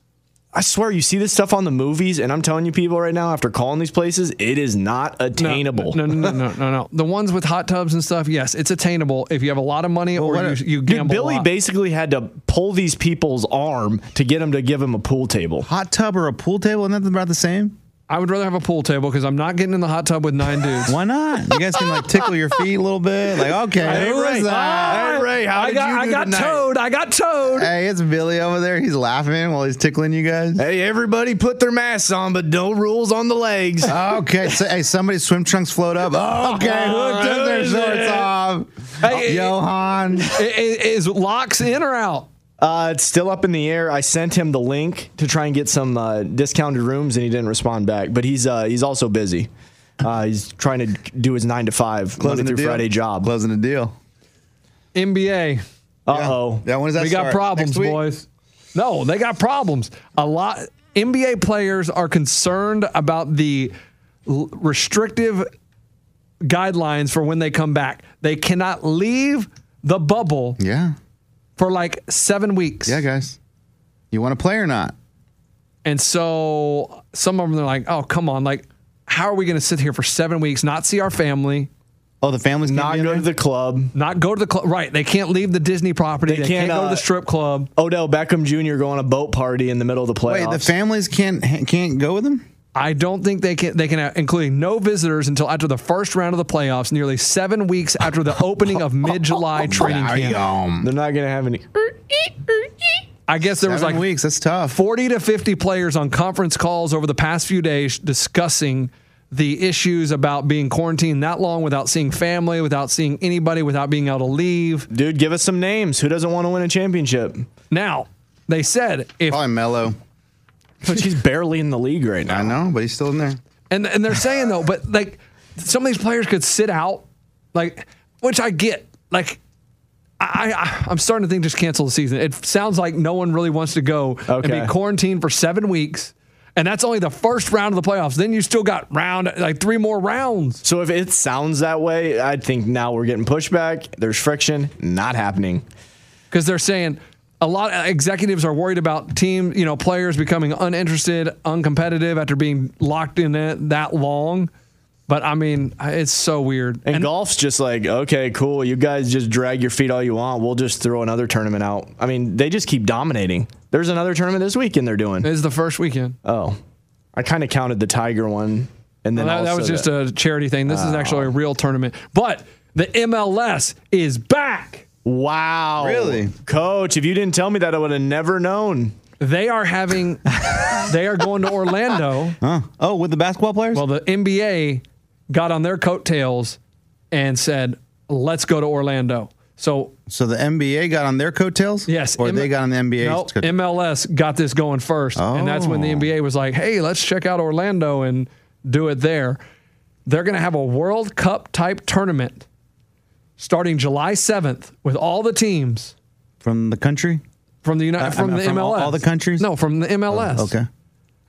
[SPEAKER 4] I swear, you see this stuff on the movies, and I'm telling you, people right now, after calling these places, it is not
[SPEAKER 3] No,
[SPEAKER 4] attainable.
[SPEAKER 3] No, no, no, no, no, no. The ones with hot tubs and stuff, yes, it's attainable if you have a lot of money or
[SPEAKER 2] what-
[SPEAKER 3] you, you
[SPEAKER 4] Dude,
[SPEAKER 3] gamble. a
[SPEAKER 4] Billy
[SPEAKER 3] lot.
[SPEAKER 4] basically had to pull these people's arm to get them to give him a pool table.
[SPEAKER 2] Hot tub or a pool table? Nothing about the same.
[SPEAKER 3] I would rather have a pool table because I'm not getting in the hot tub with nine dudes.
[SPEAKER 2] Why not? You guys can like tickle your feet a little bit. Like, okay, who was that?
[SPEAKER 4] Hey, Ray, how
[SPEAKER 3] I
[SPEAKER 4] did
[SPEAKER 3] got,
[SPEAKER 4] you
[SPEAKER 3] I
[SPEAKER 4] do
[SPEAKER 3] got
[SPEAKER 4] tonight?
[SPEAKER 3] towed. I got towed.
[SPEAKER 2] Hey, it's Billy over there. He's laughing while he's tickling you guys.
[SPEAKER 4] Hey, everybody, put their masks on, but no rules on the legs.
[SPEAKER 2] Okay, so, hey, somebody's swim trunks float up. Okay, who took their shorts off?
[SPEAKER 3] Hey,
[SPEAKER 2] Johan.
[SPEAKER 3] I- i- Is locks in or out?
[SPEAKER 4] Uh, it's still up in the air. I sent him the link to try and get some uh, discounted rooms, and he didn't respond back. But he's uh, he's also busy. Uh, he's trying to do his nine to five Monday
[SPEAKER 2] the
[SPEAKER 4] through
[SPEAKER 2] deal.
[SPEAKER 4] Friday job. Uh
[SPEAKER 2] Closing the deal.
[SPEAKER 3] NBA.
[SPEAKER 4] oh.
[SPEAKER 2] Yeah, when does that
[SPEAKER 3] we got
[SPEAKER 2] start?
[SPEAKER 3] problems,
[SPEAKER 2] Next week?
[SPEAKER 3] boys. No, they got problems. A lot NBA players are concerned about the l- restrictive guidelines for when they come back. They cannot leave the bubble
[SPEAKER 2] Yeah.
[SPEAKER 3] for like 7 weeks.
[SPEAKER 2] Yeah, guys. You want to play or not?
[SPEAKER 3] And so some of them are like, "Oh, come on, like how are we going to sit here for 7 weeks not see our family?"
[SPEAKER 2] Oh, the family's
[SPEAKER 4] Not go to the club.
[SPEAKER 3] Not go to the club. Right. They can't leave the Disney property.
[SPEAKER 4] They
[SPEAKER 3] They,
[SPEAKER 4] can't,
[SPEAKER 3] can't, go
[SPEAKER 4] uh,
[SPEAKER 3] to the strip club.
[SPEAKER 4] Odell Beckham Jr. go on a boat party in the middle of the playoffs.
[SPEAKER 2] Wait, the families can't can't go with them.
[SPEAKER 3] I don't think they can. They can, have, including no visitors until after the first round of the playoffs, nearly seven weeks after the opening of mid-July training camp.
[SPEAKER 2] Damn.
[SPEAKER 4] They're not gonna have any.
[SPEAKER 3] I guess there was
[SPEAKER 2] Seven
[SPEAKER 3] like
[SPEAKER 2] weeks. That's tough.
[SPEAKER 3] forty to fifty players on conference calls over the past few days discussing the issues about being quarantined that long without seeing family, without seeing anybody, without being able to leave.
[SPEAKER 4] Dude, give us some names. Who doesn't want to win a championship?
[SPEAKER 3] Now they said if
[SPEAKER 2] Probably mellow.
[SPEAKER 4] But he's barely in the league right now.
[SPEAKER 2] I know, but he's still in there.
[SPEAKER 3] And and they're saying though, but like some of these players could sit out, like which I get. Like I, I I'm starting to think just cancel the season. It sounds like no one really wants to go and
[SPEAKER 4] Okay.
[SPEAKER 3] be quarantined for seven weeks. And that's only the first round of the playoffs. Then you still got round like three more rounds.
[SPEAKER 4] So if it sounds that way, I think now we're getting pushback. There's friction. Not happening.
[SPEAKER 3] Because they're saying a lot of executives are worried about team, you know, players becoming uninterested, uncompetitive after being locked in it that long. But I mean, it's so weird.
[SPEAKER 4] And, golf's just like, okay, cool. You guys just drag your feet all you want. We'll just throw another tournament out. I mean, they just keep dominating. There's another tournament this weekend they're doing.
[SPEAKER 3] it's the first weekend.
[SPEAKER 4] Oh, I kind of counted the Tiger one. And then
[SPEAKER 3] Well, that, that
[SPEAKER 4] also
[SPEAKER 3] was just
[SPEAKER 4] the-
[SPEAKER 2] Ah.
[SPEAKER 3] a charity thing. This is actually a real tournament. But the MLS is back.
[SPEAKER 4] Wow.
[SPEAKER 2] Really?
[SPEAKER 4] Coach, if you didn't tell me that, I would have never known.
[SPEAKER 3] They are having, they are going to Orlando.
[SPEAKER 2] Oh, with the basketball players?
[SPEAKER 3] Well, the NBA got on their coattails and said, let's go to Orlando. So,
[SPEAKER 2] So the NBA got on their coattails?
[SPEAKER 3] yes.
[SPEAKER 2] Or
[SPEAKER 3] M-
[SPEAKER 2] they got on the NBA?
[SPEAKER 3] No, MLS got this going first. And that's when the
[SPEAKER 2] Oh.
[SPEAKER 3] NBA was like, hey, let's check out Orlando and do it there. They're going to have a World Cup type tournament starting July 7th with all the teams
[SPEAKER 2] From the country?
[SPEAKER 3] from the United
[SPEAKER 2] I- I
[SPEAKER 3] from
[SPEAKER 2] mean,
[SPEAKER 3] the
[SPEAKER 2] Uh, from all-
[SPEAKER 3] MLS.
[SPEAKER 2] all the countries? Oh,
[SPEAKER 3] No, from the MLS.
[SPEAKER 2] Okay.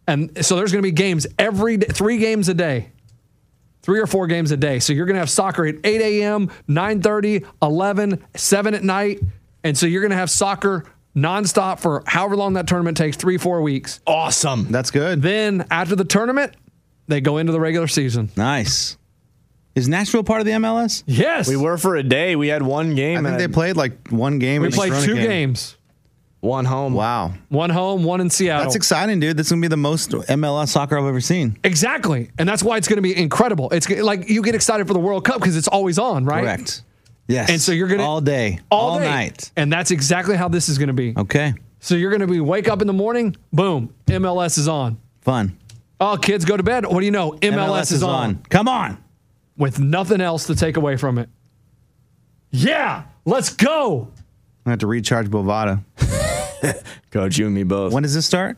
[SPEAKER 3] And so there's going to be games every day, three games a day, three or four games a day. So you're going to have soccer at 8 a.m., 9:30, 11, 7 at night, and so you're going to have soccer nonstop for however long that tournament takes, three, four weeks.
[SPEAKER 4] Awesome.
[SPEAKER 2] That's good.
[SPEAKER 3] Then after the tournament, they go into the regular season.
[SPEAKER 2] Nice. Is Nashville part of the MLS?
[SPEAKER 3] Yes,
[SPEAKER 4] We were for a day. We had one game.
[SPEAKER 2] I think
[SPEAKER 4] and
[SPEAKER 2] they played like one game.
[SPEAKER 3] We
[SPEAKER 2] and they
[SPEAKER 3] played
[SPEAKER 2] thrown a
[SPEAKER 3] two
[SPEAKER 2] game.
[SPEAKER 3] games,
[SPEAKER 4] one home.
[SPEAKER 2] Wow.
[SPEAKER 3] one home, one in Seattle.
[SPEAKER 2] That's exciting, dude. That's going to be the most MLS soccer I've ever seen.
[SPEAKER 3] exactly, and that's why it's going to be incredible. It's g- like you get excited for the World Cup because it's always on, right?
[SPEAKER 2] Correct. Yes.
[SPEAKER 3] And so you're gonna
[SPEAKER 2] all day, all,
[SPEAKER 3] day.
[SPEAKER 2] night.
[SPEAKER 3] and that's exactly how this is going to be.
[SPEAKER 2] Okay.
[SPEAKER 3] So you're going to be wake up in the morning, boom, MLS is on.
[SPEAKER 2] Fun.
[SPEAKER 3] Oh, kids go to bed. What do you know? MLS, is, on.
[SPEAKER 2] Come on.
[SPEAKER 3] with nothing else to take away from it. Yeah, let's go.
[SPEAKER 2] I have to recharge Bovada.
[SPEAKER 4] Coach, you and me both.
[SPEAKER 2] When does this start?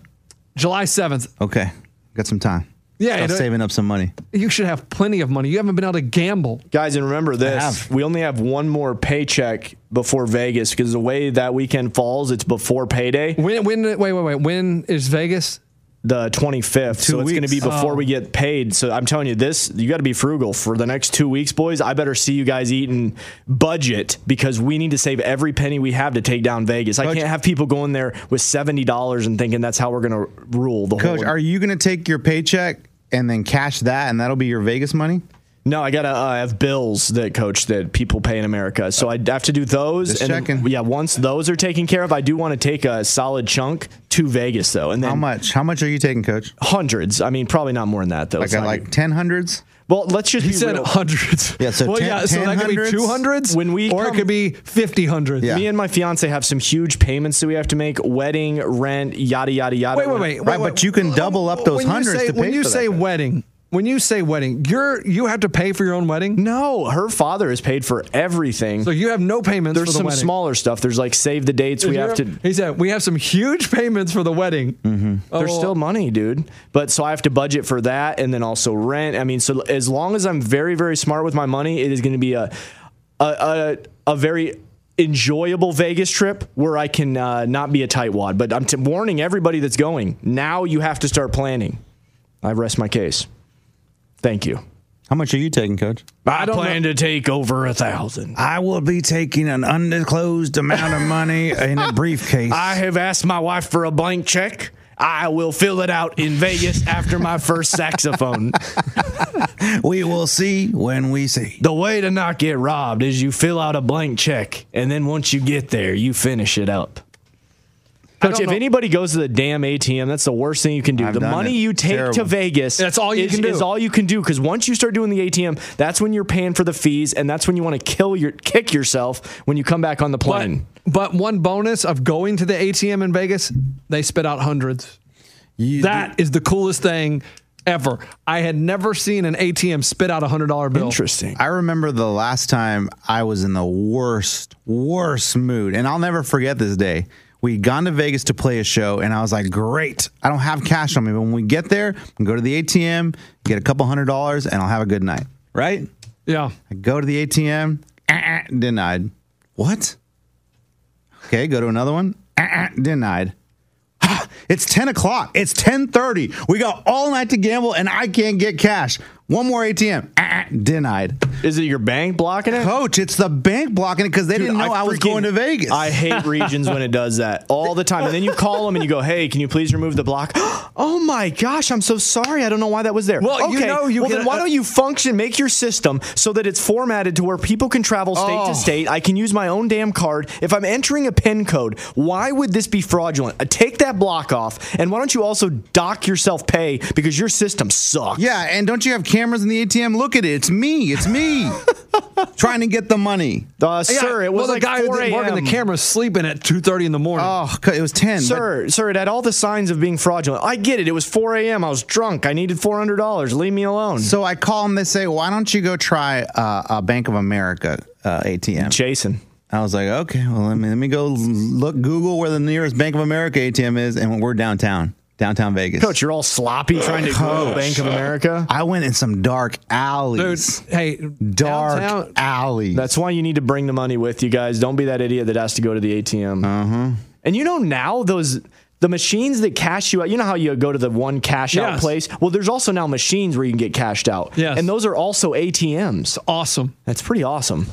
[SPEAKER 3] July 7th.
[SPEAKER 2] Okay. Got some time.
[SPEAKER 3] Yeah,
[SPEAKER 2] Start
[SPEAKER 3] it-
[SPEAKER 2] saving up some money.
[SPEAKER 3] You should have plenty of money. You haven't been able to gamble.
[SPEAKER 4] Guys, and remember this:
[SPEAKER 2] have.
[SPEAKER 4] we only have one more paycheck before Vegas because the way that weekend falls, it's before payday,
[SPEAKER 3] When when wait, wait, wait. When is Vegas?
[SPEAKER 4] the 25th. so it's going to
[SPEAKER 2] weeks. Oh.
[SPEAKER 4] be before we get paid. So I'm telling you, this you got to be frugal for the next two weeks, boys. I better see you guys eating budget because we need to save every penny we have to take down Vegas. I can't have people going there with seventy dollars and thinking that's how we're going to rule the
[SPEAKER 2] Coach,
[SPEAKER 4] whole.
[SPEAKER 2] are you going to take your paycheck and then cash that, and that'll be your Vegas money?
[SPEAKER 4] No, I gotta uh, have bills that coach that people pay in America, so I have to do those.
[SPEAKER 2] Just
[SPEAKER 4] and then-
[SPEAKER 2] checking.
[SPEAKER 4] yeah, once those are taken care of, I do want to take a solid chunk to Vegas though, and then
[SPEAKER 2] How much? How much are you taking, Coach?
[SPEAKER 4] hundreds. I mean, probably not more than that though.
[SPEAKER 2] Like
[SPEAKER 4] It's not
[SPEAKER 2] like
[SPEAKER 4] gonna-
[SPEAKER 2] ten hundreds?
[SPEAKER 4] well, let's just
[SPEAKER 3] He
[SPEAKER 4] be
[SPEAKER 3] said
[SPEAKER 4] real.
[SPEAKER 3] hundreds.
[SPEAKER 2] Yeah, so
[SPEAKER 3] well,
[SPEAKER 2] 10
[SPEAKER 3] yeah, so that could be
[SPEAKER 2] 1000s?
[SPEAKER 3] two hundreds
[SPEAKER 4] When we
[SPEAKER 3] or
[SPEAKER 4] come-
[SPEAKER 3] it could be fifty hundreds.
[SPEAKER 2] Yeah.
[SPEAKER 4] Me and my fiance have some huge payments that we have to make: wedding, rent, yada yada yada.
[SPEAKER 3] Wait, wait, wait.
[SPEAKER 2] Right,
[SPEAKER 3] wait,
[SPEAKER 2] but you can
[SPEAKER 3] wait.
[SPEAKER 2] double up those
[SPEAKER 3] when you
[SPEAKER 2] hundreds
[SPEAKER 3] say-
[SPEAKER 2] to
[SPEAKER 3] when
[SPEAKER 2] pay
[SPEAKER 3] you
[SPEAKER 2] for that,
[SPEAKER 3] say
[SPEAKER 2] though.
[SPEAKER 3] wedding, when you say wedding, you're you have to pay for your own wedding.
[SPEAKER 2] Mm-hmm.
[SPEAKER 4] No, her father has paid for everything.
[SPEAKER 3] So you have no payments.
[SPEAKER 4] There's
[SPEAKER 3] for the
[SPEAKER 4] some
[SPEAKER 3] wedding.
[SPEAKER 4] smaller stuff. There's like save the dates. We
[SPEAKER 3] You're-
[SPEAKER 4] have to.
[SPEAKER 3] He said we have some huge payments for the wedding.
[SPEAKER 2] Mm-hmm.
[SPEAKER 3] Oh,
[SPEAKER 4] There's still money, dude. But so I have to budget for that and then also rent. I mean, so as long as I'm very, very smart with my money, it is going to be a, a, a, a very enjoyable Vegas trip where I can uh, not be a tightwad. But I'm t- warning everybody that's going. Now you have to start planning. I rest my case. Thank you.
[SPEAKER 2] How much are you taking, Coach?
[SPEAKER 4] I,
[SPEAKER 3] don't plan
[SPEAKER 4] to take over a thousand.
[SPEAKER 2] I will be taking an undisclosed amount of money in a briefcase.
[SPEAKER 4] have asked my wife for a blank check. I will fill it out in Vegas after my first saxophone.
[SPEAKER 2] we will see when we see.
[SPEAKER 4] The way to not get robbed is you fill out a blank check, and then once you get there, you finish it up. Coach,
[SPEAKER 3] don't
[SPEAKER 4] if
[SPEAKER 3] know-
[SPEAKER 4] anybody goes to the damn ATM, that's the worst thing you can do.
[SPEAKER 2] I've
[SPEAKER 4] the
[SPEAKER 2] done
[SPEAKER 4] money
[SPEAKER 2] it.
[SPEAKER 4] you take to
[SPEAKER 2] Terrible.
[SPEAKER 4] Vegas
[SPEAKER 3] That's all you
[SPEAKER 4] is,
[SPEAKER 3] can do.
[SPEAKER 4] is all you can do because once you start doing the ATM, that's when you're paying for the fees, and that's when you want to kill your kick yourself when you come back on the
[SPEAKER 3] But,
[SPEAKER 4] plane.
[SPEAKER 3] but one bonus of going to the ATM in Vegas, they spit out hundreds.
[SPEAKER 2] You-
[SPEAKER 3] That is the coolest thing ever. I had never seen an ATM spit out a hundred dollar bill.
[SPEAKER 4] Interesting.
[SPEAKER 2] I remember the last time I was in the worst, worst mood, and I'll never forget this day. We gone to Vegas to play a show, and I was like, "Great! I don't have cash on me, but when we get there, I can go to the ATM, get a couple hundred dollars, and I'll have a good night." Right?
[SPEAKER 3] Yeah.
[SPEAKER 2] I go to the ATM, uh-uh, denied. What? Okay, go to another one, uh-uh, denied. Ah, It's 10 o'clock. It's 10.30. We got all night to gamble, and I can't get cash. One more ATM, uh-uh, denied.
[SPEAKER 4] Is it your bank blocking it?
[SPEAKER 2] Coach, it's the bank blocking it because they didn't know I, was
[SPEAKER 4] freaking-
[SPEAKER 2] going to Vegas.
[SPEAKER 4] I hate regions when it does that all the time. And then you call them and you go, "Hey, can you please remove the block?" oh my gosh, I'm so sorry. I don't know why that was there.
[SPEAKER 3] Well, you
[SPEAKER 4] okay.
[SPEAKER 3] know you uh,
[SPEAKER 4] well,
[SPEAKER 3] get
[SPEAKER 4] then
[SPEAKER 3] a-
[SPEAKER 4] why don't you function, make your system so that it's formatted to where people can travel state
[SPEAKER 2] Oh.
[SPEAKER 4] to state. I can use my own damn card. If I'm entering a PIN code, why would this be fraudulent? Uh, Take that block off, and why don't you also dock yourself pay because your system sucks.
[SPEAKER 2] yeah, and don't you have cameras in the ATM. Look at it. It's me. It's me. trying to get the money.
[SPEAKER 4] Uh, sir, it was
[SPEAKER 3] well,
[SPEAKER 4] like
[SPEAKER 3] the guy who
[SPEAKER 4] 4
[SPEAKER 3] didn't work in the
[SPEAKER 4] a.m..
[SPEAKER 3] camera sleeping at two thirty in the morning.
[SPEAKER 2] Oh, it was ten.
[SPEAKER 4] Sir, sir, it had all the signs of being fraudulent. I get it. It was 4 a.m. I was drunk. I needed $400. Leave me alone.
[SPEAKER 2] So I call him. They say, "Why don't you go try uh, a Bank of America uh, ATM?"
[SPEAKER 4] Jason.
[SPEAKER 2] I was like, "Okay, well, let me let me go look Google where the nearest Bank of America ATM is, and we're downtown, downtown Vegas."
[SPEAKER 4] Coach, you're all sloppy trying to go to
[SPEAKER 2] Coach.
[SPEAKER 4] Bank of America.
[SPEAKER 2] I went in some dark alleys,
[SPEAKER 3] hey,
[SPEAKER 2] dark
[SPEAKER 3] downtown-
[SPEAKER 2] alleys.
[SPEAKER 4] That's why you need to bring the money with you guys. Don't be that idiot that has to go to the ATM.
[SPEAKER 2] uh-huh.
[SPEAKER 4] And you know now those the machines that cash you out. You know how you go to the one cash out
[SPEAKER 3] Yes.
[SPEAKER 4] place. Well, there's also now machines where you can get cashed out.
[SPEAKER 3] Yes.
[SPEAKER 4] and those are also ATMs.
[SPEAKER 3] awesome.
[SPEAKER 4] That's pretty awesome,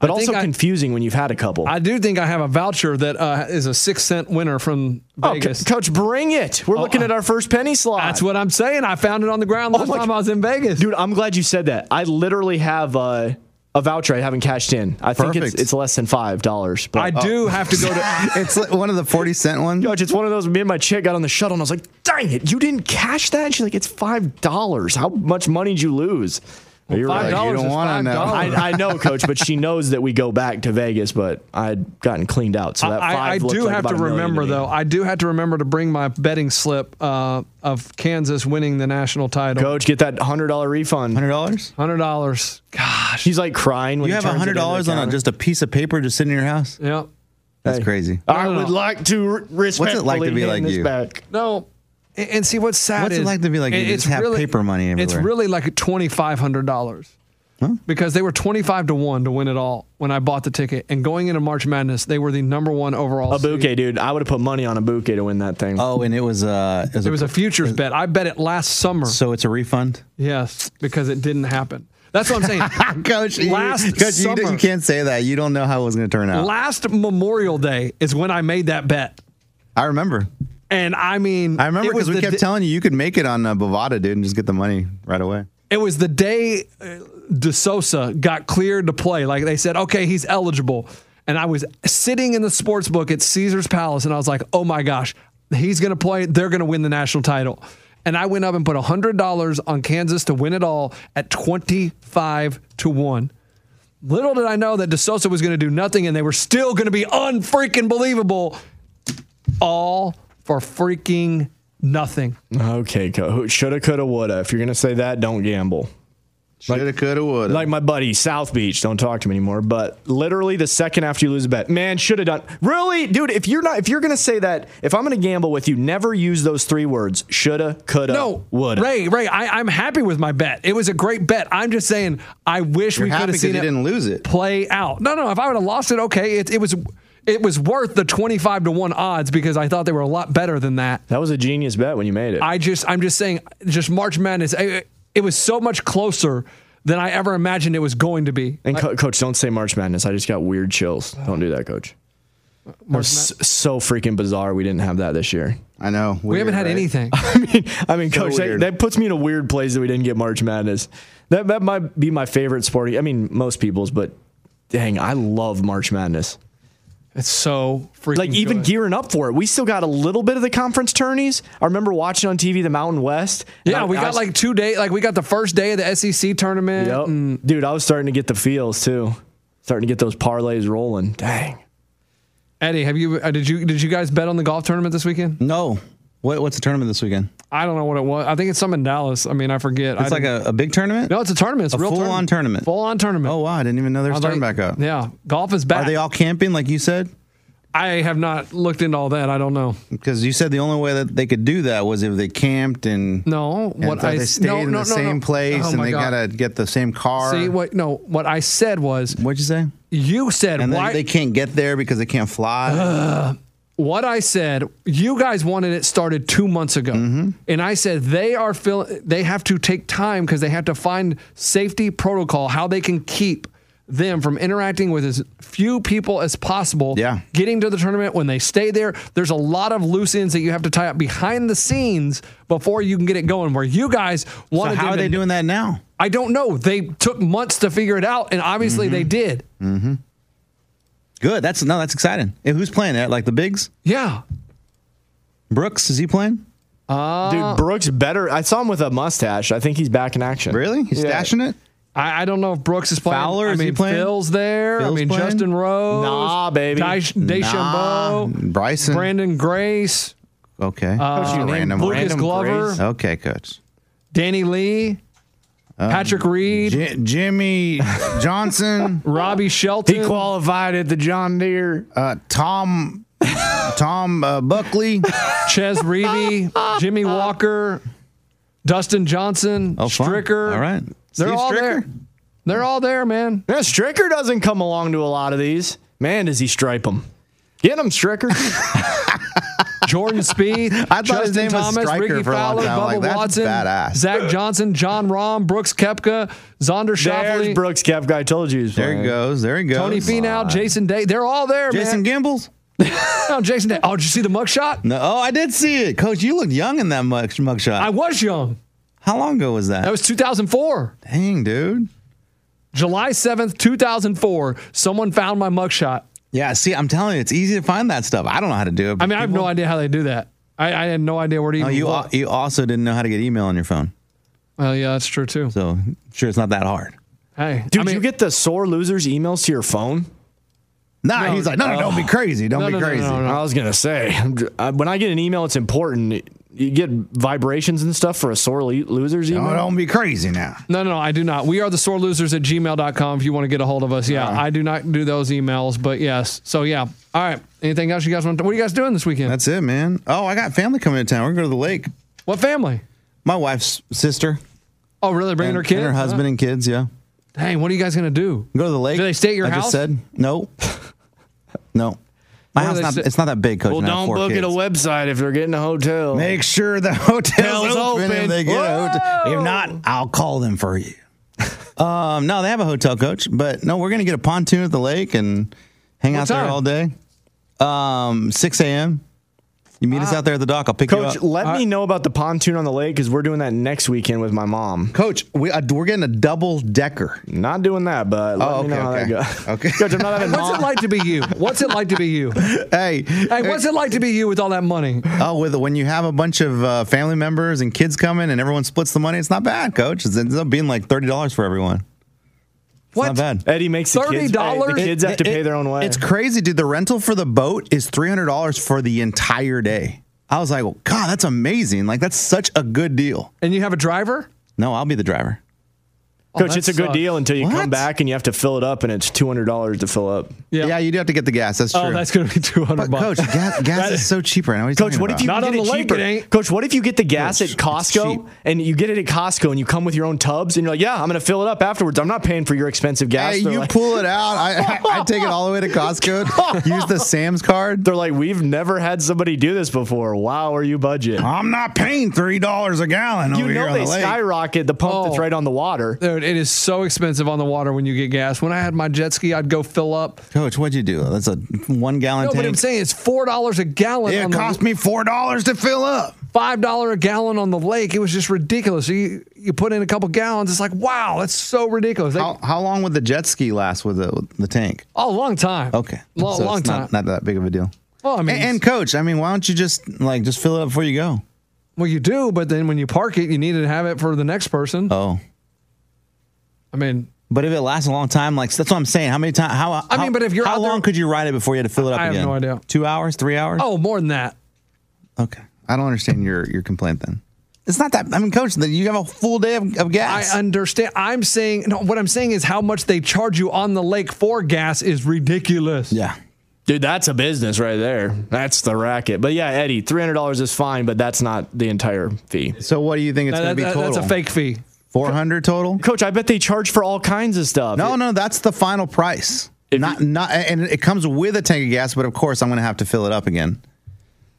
[SPEAKER 4] but
[SPEAKER 3] I think
[SPEAKER 4] also
[SPEAKER 3] I-
[SPEAKER 4] confusing when you've had a couple.
[SPEAKER 3] I do think I have a voucher that uh, is a six cent winner from
[SPEAKER 4] oh, co-
[SPEAKER 3] Vegas. Oh, uh,
[SPEAKER 4] coach, bring it. We're looking at our first penny slot.
[SPEAKER 3] That's what I'm saying. I found it on the ground last
[SPEAKER 4] Oh my
[SPEAKER 3] time I was in Vegas.
[SPEAKER 4] dude. I'm glad you said that. I literally have a, a voucher I haven't cashed in. I think it's
[SPEAKER 2] Perfect.
[SPEAKER 4] it's less than five dollars.
[SPEAKER 3] I do have to go to.
[SPEAKER 2] it's like one of the forty cent ones.
[SPEAKER 4] Coach, it's one of those. Me and my chick got on the shuttle, and I was like, "Dang it, you didn't cash that!" And she's like, "It's five dollars. How much money did you lose?" But you're
[SPEAKER 2] Like,
[SPEAKER 4] right.
[SPEAKER 2] you
[SPEAKER 3] $5
[SPEAKER 2] don't
[SPEAKER 3] is
[SPEAKER 2] want to know.
[SPEAKER 3] $5.
[SPEAKER 4] I, I know, Coach, but she knows that we go back to Vegas. But I'd gotten cleaned out, so that five.
[SPEAKER 3] I, I
[SPEAKER 4] looked
[SPEAKER 3] do
[SPEAKER 4] like
[SPEAKER 3] have
[SPEAKER 4] about
[SPEAKER 3] to
[SPEAKER 4] a million
[SPEAKER 3] remember
[SPEAKER 4] me.
[SPEAKER 3] though. I do have to remember to bring my betting slip uh, of Kansas winning the national title.
[SPEAKER 4] Coach, get that hundred dollar refund.
[SPEAKER 2] Hundred dollars.
[SPEAKER 3] Hundred dollars. Gosh.
[SPEAKER 4] She's like crying. When
[SPEAKER 2] You
[SPEAKER 4] he
[SPEAKER 2] have a
[SPEAKER 4] turns it
[SPEAKER 2] hundred
[SPEAKER 4] into
[SPEAKER 2] dollars on a,
[SPEAKER 4] counter.
[SPEAKER 2] just a piece of paper just sitting in your house.
[SPEAKER 3] Yeah.
[SPEAKER 2] That's
[SPEAKER 4] Hey.
[SPEAKER 2] crazy.
[SPEAKER 4] I
[SPEAKER 3] No, no,
[SPEAKER 4] would
[SPEAKER 3] no.
[SPEAKER 4] like to r- respectfully
[SPEAKER 2] like to be
[SPEAKER 4] hand
[SPEAKER 2] like
[SPEAKER 4] this
[SPEAKER 2] you?
[SPEAKER 4] back.
[SPEAKER 3] No. And, and see what's sad.
[SPEAKER 2] What's it
[SPEAKER 3] is-
[SPEAKER 2] like to be like you?
[SPEAKER 3] it-
[SPEAKER 2] You just have paper money
[SPEAKER 3] It's
[SPEAKER 2] everywhere.
[SPEAKER 3] really like twenty five hundred dollars. Because they were twenty five to one to win it all when I bought the ticket, and going into March Madness, they were the number one overall.
[SPEAKER 4] A
[SPEAKER 3] seed.
[SPEAKER 4] bouquet, dude. I would have put money on a bouquet to win that thing.
[SPEAKER 2] Oh, and it was uh,
[SPEAKER 3] It was a futures bet. I bet it last summer.
[SPEAKER 2] so it's a refund.
[SPEAKER 3] yes, because it didn't happen. That's what I'm
[SPEAKER 2] Oh,
[SPEAKER 3] saying.
[SPEAKER 2] Coach, you-
[SPEAKER 3] Last
[SPEAKER 2] Coach, you,
[SPEAKER 3] summer-
[SPEAKER 2] you can't say that. You don't know how it was going to turn out.
[SPEAKER 3] last Memorial Day is when I made that bet.
[SPEAKER 2] I remember.
[SPEAKER 3] And I mean,
[SPEAKER 2] I remember
[SPEAKER 3] it was
[SPEAKER 2] because we
[SPEAKER 3] the
[SPEAKER 2] kept
[SPEAKER 3] d-
[SPEAKER 2] telling you you could make it on uh, Bovada, dude, and just get the money right away.
[SPEAKER 3] It was the day uh, DeSosa got cleared to play. Like they said, okay, he's eligible. And I was sitting in the sports book at Caesar's Palace and I was like, oh my gosh, he's going to play. They're going to win the national title. And I went up and put $100 on Kansas to win it all at 25 to 1. Little did I know that DeSosa was going to do nothing and they were still going to be unfreaking believable. All for freaking nothing.
[SPEAKER 4] Okay, Coach. Shoulda, coulda, woulda. If you're gonna say that, don't gamble.
[SPEAKER 2] Shoulda, coulda, woulda.
[SPEAKER 4] Like my buddy South Beach, don't talk to me anymore. But literally the second after you lose a bet, man, should have done. Really, dude, if you're not, if you're gonna say that, if I'm gonna gamble with you, never use those three words: shoulda, coulda,
[SPEAKER 3] No,
[SPEAKER 4] woulda.
[SPEAKER 3] Ray, Ray, I, I'm happy with my bet. It was a great bet. I'm just saying, I wish
[SPEAKER 2] You're
[SPEAKER 3] we
[SPEAKER 2] happy
[SPEAKER 3] could have
[SPEAKER 2] because
[SPEAKER 3] seen
[SPEAKER 2] you
[SPEAKER 3] it
[SPEAKER 2] didn't lose it.
[SPEAKER 3] play out. No, no, if I would have lost it, okay, it, it was it was worth the 25 to one odds because I thought they were a lot better than that.
[SPEAKER 4] That was a genius bet when you made it.
[SPEAKER 3] I just, I'm just saying, just March Madness. I, it was so much closer than I ever imagined it was going to be.
[SPEAKER 4] and co- Coach, don't say March Madness. I just got weird chills. Don't do that, Coach. That was s- so freaking bizarre. We didn't have that this year.
[SPEAKER 2] I know.
[SPEAKER 3] we haven't had anything.
[SPEAKER 4] I mean, I mean, coach, that,
[SPEAKER 2] weird.
[SPEAKER 4] that puts me in a weird place that we didn't get March Madness. That that might be my favorite sporting. I mean, most people's, but dang, I love March Madness.
[SPEAKER 3] It's so freaking
[SPEAKER 4] Like even
[SPEAKER 3] good.
[SPEAKER 4] gearing up for it, we still got a little bit of the conference tourneys. I remember watching on TV the Mountain West. and
[SPEAKER 3] Yeah,
[SPEAKER 4] I-
[SPEAKER 3] we
[SPEAKER 4] I
[SPEAKER 3] got
[SPEAKER 4] was-
[SPEAKER 3] like two days. Like we got the first day of the SEC tournament.
[SPEAKER 4] Yep.
[SPEAKER 3] and-
[SPEAKER 4] dude, I was starting to get the feels too, starting to get those parlays rolling. Dang,
[SPEAKER 3] Eddie, have you? Uh, did you? Did you guys bet on the golf tournament this weekend?
[SPEAKER 2] No. What, what's the tournament this weekend?
[SPEAKER 3] I don't know what it was. I think it's some in Dallas. I mean, I forget.
[SPEAKER 2] It's
[SPEAKER 3] I
[SPEAKER 2] like a, a big tournament?
[SPEAKER 3] no, it's a tournament. It's a,
[SPEAKER 2] a
[SPEAKER 3] real
[SPEAKER 2] full-on tournament.
[SPEAKER 3] Full on tournament.
[SPEAKER 2] Oh, wow. I didn't even know there was
[SPEAKER 3] I
[SPEAKER 2] a
[SPEAKER 3] was
[SPEAKER 2] tournament
[SPEAKER 3] like-
[SPEAKER 2] back up.
[SPEAKER 3] Yeah, golf is
[SPEAKER 2] Are
[SPEAKER 3] back.
[SPEAKER 2] they all camping, like you said?
[SPEAKER 3] I have not looked into all that. I don't know.
[SPEAKER 2] Because you said the only way that they could do that was if they camped and.
[SPEAKER 3] No,
[SPEAKER 2] and
[SPEAKER 3] what
[SPEAKER 2] so
[SPEAKER 3] I
[SPEAKER 2] they stayed
[SPEAKER 3] no,
[SPEAKER 2] in
[SPEAKER 3] no,
[SPEAKER 2] the
[SPEAKER 3] no,
[SPEAKER 2] same
[SPEAKER 3] no.
[SPEAKER 2] place
[SPEAKER 3] Oh
[SPEAKER 2] and
[SPEAKER 3] my
[SPEAKER 2] they
[SPEAKER 3] God.
[SPEAKER 2] gotta get the same car.
[SPEAKER 3] see what? No, what I said was
[SPEAKER 2] What'd you say?
[SPEAKER 3] you said
[SPEAKER 2] And
[SPEAKER 3] why
[SPEAKER 2] then they can't get there because they can't fly.
[SPEAKER 3] what I said, you guys wanted it started two months ago,
[SPEAKER 2] Mm-hmm.
[SPEAKER 3] and I said they are fill, they have to take time because they have to find safety protocol how they can keep them from interacting with as few people as possible.
[SPEAKER 2] Yeah.
[SPEAKER 3] getting to the tournament when they stay there. There's a lot of loose ends that you have to tie up behind the scenes before you can get it going. Where you guys
[SPEAKER 2] so
[SPEAKER 3] wanted
[SPEAKER 2] how
[SPEAKER 3] them
[SPEAKER 2] are
[SPEAKER 3] to-
[SPEAKER 2] they doing that now?
[SPEAKER 3] I don't know. They took months to figure it out, and
[SPEAKER 2] Mm-hmm.
[SPEAKER 3] obviously they did.
[SPEAKER 2] Mm. Good. That's no. That's exciting. And who's playing that? Like the bigs?
[SPEAKER 3] Yeah.
[SPEAKER 2] Brooks is he playing?
[SPEAKER 3] Uh,
[SPEAKER 4] Dude, Brooks better. I saw him with a mustache. I think he's back in action.
[SPEAKER 2] Really? He's stashing it?
[SPEAKER 3] I, I don't know if Brooks is playing.
[SPEAKER 2] Fowler,
[SPEAKER 3] I
[SPEAKER 2] is
[SPEAKER 3] mean,
[SPEAKER 2] he playing?
[SPEAKER 3] Phil's there.
[SPEAKER 2] Phil's
[SPEAKER 3] I mean,
[SPEAKER 2] playing?
[SPEAKER 3] Justin Rose.
[SPEAKER 4] Nah, baby.
[SPEAKER 3] Dyche- Deschambeau.
[SPEAKER 2] Nah, Bryson.
[SPEAKER 3] Brandon Grace.
[SPEAKER 2] Okay.
[SPEAKER 3] Uh,
[SPEAKER 2] Just a random
[SPEAKER 3] Lucas
[SPEAKER 2] random
[SPEAKER 3] Glover.
[SPEAKER 2] Grace. Okay, coach.
[SPEAKER 3] Danny Lee.
[SPEAKER 2] Um,
[SPEAKER 3] Patrick Reed.
[SPEAKER 2] J- Jimmy Johnson.
[SPEAKER 3] Robbie
[SPEAKER 4] He
[SPEAKER 3] Shelton.
[SPEAKER 4] qualified at the John Deere.
[SPEAKER 2] uh, Tom Tom uh, Buckley.
[SPEAKER 3] Ches Reedy. Jimmy Walker. Dustin Johnson.
[SPEAKER 2] Oh, fun.
[SPEAKER 3] Stricker.
[SPEAKER 2] All right.
[SPEAKER 3] They're
[SPEAKER 2] Steve
[SPEAKER 3] all
[SPEAKER 2] Stricker?
[SPEAKER 3] there. They're all there, man.
[SPEAKER 4] Yeah, Stricker doesn't come along to a lot of these. Man, does he stripe them. Get him, Stricker.
[SPEAKER 3] Jordan Spieth,
[SPEAKER 2] I thought his
[SPEAKER 3] Justin
[SPEAKER 2] name was
[SPEAKER 3] Thomas,
[SPEAKER 2] Stryker
[SPEAKER 3] Ricky
[SPEAKER 2] for a long
[SPEAKER 3] Fowler,
[SPEAKER 2] time. I'm
[SPEAKER 3] Bubba
[SPEAKER 2] like, that's
[SPEAKER 3] Watson,
[SPEAKER 2] badass.
[SPEAKER 3] Zach Johnson, John Rahm, Brooks Kepka, Zonder
[SPEAKER 4] There's
[SPEAKER 3] Shoffley,
[SPEAKER 4] Brooks Kepka. I told you he was
[SPEAKER 2] There
[SPEAKER 4] playing.
[SPEAKER 2] he goes. There he goes.
[SPEAKER 3] Tony Finau, Jason Day. They're all there,
[SPEAKER 2] Jason
[SPEAKER 3] man.
[SPEAKER 2] Gimbels.
[SPEAKER 3] No, Jason Day. Oh, did you see the mugshot?
[SPEAKER 2] No, oh, I did see it, Coach. You looked young in that mug mugshot.
[SPEAKER 3] I was young.
[SPEAKER 2] How long ago was that?
[SPEAKER 3] That was 2004.
[SPEAKER 2] Dang, dude.
[SPEAKER 3] July 7th, 2004. Someone found my mugshot.
[SPEAKER 2] Yeah, see, I'm telling you, it's easy to find that stuff. I don't know how to do it.
[SPEAKER 3] I mean, I have no idea how they do that. I, I had no idea where to
[SPEAKER 2] Oh,
[SPEAKER 3] even
[SPEAKER 2] you
[SPEAKER 3] look.
[SPEAKER 2] al- you also didn't know how to get email on your phone,
[SPEAKER 3] well, yeah, that's true too.
[SPEAKER 2] so I'm sure it's not that hard.
[SPEAKER 3] Hey, I
[SPEAKER 4] Dude,
[SPEAKER 3] mean,
[SPEAKER 4] you get the sore losers emails to your phone?
[SPEAKER 2] Nah, he's like, no, no, don't be crazy, don't
[SPEAKER 3] oh. No, no,
[SPEAKER 2] be
[SPEAKER 3] no,
[SPEAKER 2] crazy.
[SPEAKER 3] no, no.
[SPEAKER 4] I was going to say, I'm dr- I- when I get an email, it's important. You get vibrations and stuff for a sore le- losers email.
[SPEAKER 2] No, don't be crazy now.
[SPEAKER 3] No, no, no, I do not. We are the sore losers at gmail.com if you want to get a hold of us.
[SPEAKER 2] Uh-huh.
[SPEAKER 3] Yeah, I do not do those emails, but yes. So, yeah. All right. Anything else you guys want to What are you guys doing this weekend?
[SPEAKER 2] That's it, man. Oh, I got family coming to town. We're gonna go to the lake.
[SPEAKER 3] what family?
[SPEAKER 2] My wife's sister
[SPEAKER 3] Oh, really? Bringing
[SPEAKER 2] and
[SPEAKER 3] her kid?
[SPEAKER 2] and her husband and kids. Yeah,
[SPEAKER 3] Dang, what are you guys going to do?
[SPEAKER 2] go to the lake.
[SPEAKER 3] Do they stay at your
[SPEAKER 2] I
[SPEAKER 3] house?
[SPEAKER 2] just said no, no.
[SPEAKER 3] Where
[SPEAKER 2] My
[SPEAKER 3] do
[SPEAKER 2] house
[SPEAKER 3] they
[SPEAKER 2] not,
[SPEAKER 3] stay-
[SPEAKER 2] it's not that big, Coach.
[SPEAKER 4] well,
[SPEAKER 2] and I have
[SPEAKER 4] don't
[SPEAKER 2] four
[SPEAKER 4] book
[SPEAKER 2] kids.
[SPEAKER 4] at a website if they're getting a hotel.
[SPEAKER 2] Make sure the hotel's
[SPEAKER 4] Hotel's
[SPEAKER 2] open,
[SPEAKER 4] open.
[SPEAKER 2] if they get a hotel.
[SPEAKER 4] Whoa.
[SPEAKER 2] If not, I'll call them for you. um, no, they have a hotel coach, but no, we're gonna get a pontoon at the lake and hang
[SPEAKER 3] What
[SPEAKER 2] out
[SPEAKER 3] time?
[SPEAKER 2] there all day. Um, six a.m. You meet us out there at the dock. I'll pick
[SPEAKER 4] Coach,
[SPEAKER 2] you up.
[SPEAKER 4] let me know about the pontoon on the lake because we're doing that next weekend with my mom.
[SPEAKER 2] Coach, we, uh, we're getting a double decker.
[SPEAKER 4] Not doing that, but let
[SPEAKER 2] Oh, okay,
[SPEAKER 4] me know
[SPEAKER 2] okay.
[SPEAKER 4] how that goes.
[SPEAKER 2] Okay.
[SPEAKER 4] Coach, I'm not having
[SPEAKER 3] What's
[SPEAKER 4] mom.
[SPEAKER 3] it like to be you? What's it like to be you? Hey,
[SPEAKER 2] Hey,
[SPEAKER 3] what's it like to be you with all that money?
[SPEAKER 2] Oh, with when you have a bunch of uh, family members and kids coming, and everyone splits the money, it's not bad, Coach. It ends up being like thirty dollars for everyone. It's
[SPEAKER 3] What?
[SPEAKER 2] not bad.
[SPEAKER 4] Eddie makes the kids. hey,
[SPEAKER 3] $30?
[SPEAKER 4] the kids have to
[SPEAKER 2] It-
[SPEAKER 4] pay their own way.
[SPEAKER 2] It's crazy, dude. The rental for the boat is three hundred dollars for the entire day. I was like, well, God, that's amazing. Like that's such a good deal.
[SPEAKER 3] And you have a driver?
[SPEAKER 2] No, I'll be the driver.
[SPEAKER 3] Oh,
[SPEAKER 4] Coach,
[SPEAKER 3] that
[SPEAKER 4] it's a good
[SPEAKER 3] sucks.
[SPEAKER 4] deal until you
[SPEAKER 2] What?
[SPEAKER 4] come back and you have to fill it up, and it's two hundred dollars to fill up.
[SPEAKER 3] Yeah.
[SPEAKER 2] Yeah, you do have to get the gas. That's true.
[SPEAKER 3] Oh, that's going to be 200
[SPEAKER 2] but
[SPEAKER 3] bucks.
[SPEAKER 2] Coach, gas, gas is so cheap right now. What are you
[SPEAKER 4] Coach,
[SPEAKER 2] talking
[SPEAKER 4] what if
[SPEAKER 2] about?
[SPEAKER 4] you
[SPEAKER 3] Not
[SPEAKER 4] can
[SPEAKER 3] on
[SPEAKER 4] get
[SPEAKER 3] the
[SPEAKER 4] it
[SPEAKER 3] lake,
[SPEAKER 4] cheaper?
[SPEAKER 3] it ain't.
[SPEAKER 4] Coach, what if you get the gas
[SPEAKER 2] Coach,
[SPEAKER 4] at
[SPEAKER 2] it's cheap.
[SPEAKER 4] Costco and you get it at Costco and you come with your own tubs and you're like, yeah, I'm gonna fill it up afterwards. I'm not paying for your expensive gas.
[SPEAKER 2] Hey,
[SPEAKER 4] they're,
[SPEAKER 2] you
[SPEAKER 4] like,
[SPEAKER 2] pull it out. I, I, I take it all the way to Costco. Use the Sam's card.
[SPEAKER 4] they're like, we've never had somebody do this before. Wow, are you budget?
[SPEAKER 2] I'm not paying three dollars a gallon
[SPEAKER 4] you know they skyrocket the pump that's
[SPEAKER 3] Oh.
[SPEAKER 4] right on the water.
[SPEAKER 3] Dude, it is so expensive on the water when you get gas. When I had my jet ski, I'd go fill up.
[SPEAKER 2] Coach, what'd you do? That's a one gallon
[SPEAKER 3] No, but I'm
[SPEAKER 2] tank.
[SPEAKER 3] saying it's $4 a gallon.
[SPEAKER 2] it
[SPEAKER 3] on the-
[SPEAKER 2] cost me four dollars to fill up.
[SPEAKER 3] five dollar a gallon on the lake. It was just ridiculous. So you you put in a couple gallons, it's like wow, that's so ridiculous. They,
[SPEAKER 2] How, how long would the jet ski last with the, with the tank?
[SPEAKER 3] oh, long time.
[SPEAKER 2] Okay,
[SPEAKER 3] long,
[SPEAKER 2] So
[SPEAKER 3] long
[SPEAKER 2] it's
[SPEAKER 3] time.
[SPEAKER 2] Not, not that big of a deal.
[SPEAKER 3] well, I mean,
[SPEAKER 2] and, and coach, I mean, why don't you just like just fill it up before you go?
[SPEAKER 3] well, you do, but then when you park it, you need to have it for the next person.
[SPEAKER 2] Oh,
[SPEAKER 3] I mean,
[SPEAKER 2] but if it lasts a long time, like that's what I'm saying. How many times? How
[SPEAKER 3] I mean,
[SPEAKER 2] how-
[SPEAKER 3] but if you're
[SPEAKER 2] how
[SPEAKER 3] out there-
[SPEAKER 2] long could you ride it before you had to fill it up?
[SPEAKER 3] I have
[SPEAKER 2] again?
[SPEAKER 3] no idea.
[SPEAKER 2] Two hours, three hours.
[SPEAKER 3] oh, more than that.
[SPEAKER 2] okay. I don't understand your your complaint then. It's not that. I mean, coach, then you have a full day of, of gas.
[SPEAKER 3] I understand. I'm saying no. What I'm saying is how much they charge you on the lake for gas is ridiculous.
[SPEAKER 2] yeah.
[SPEAKER 4] Dude, that's a business right there. That's the racket. But yeah, Eddie, three hundred dollars is fine, but that's not the entire fee.
[SPEAKER 2] So what do you think it's
[SPEAKER 3] That-
[SPEAKER 2] going to be
[SPEAKER 3] that-
[SPEAKER 2] total?
[SPEAKER 3] that's a fake fee.
[SPEAKER 2] Four hundred total.
[SPEAKER 4] Coach, I bet they charge for all kinds of stuff.
[SPEAKER 2] No, no, that's the final price. Not not, and it comes with a tank of gas, but of course I'm going to have to fill it up again.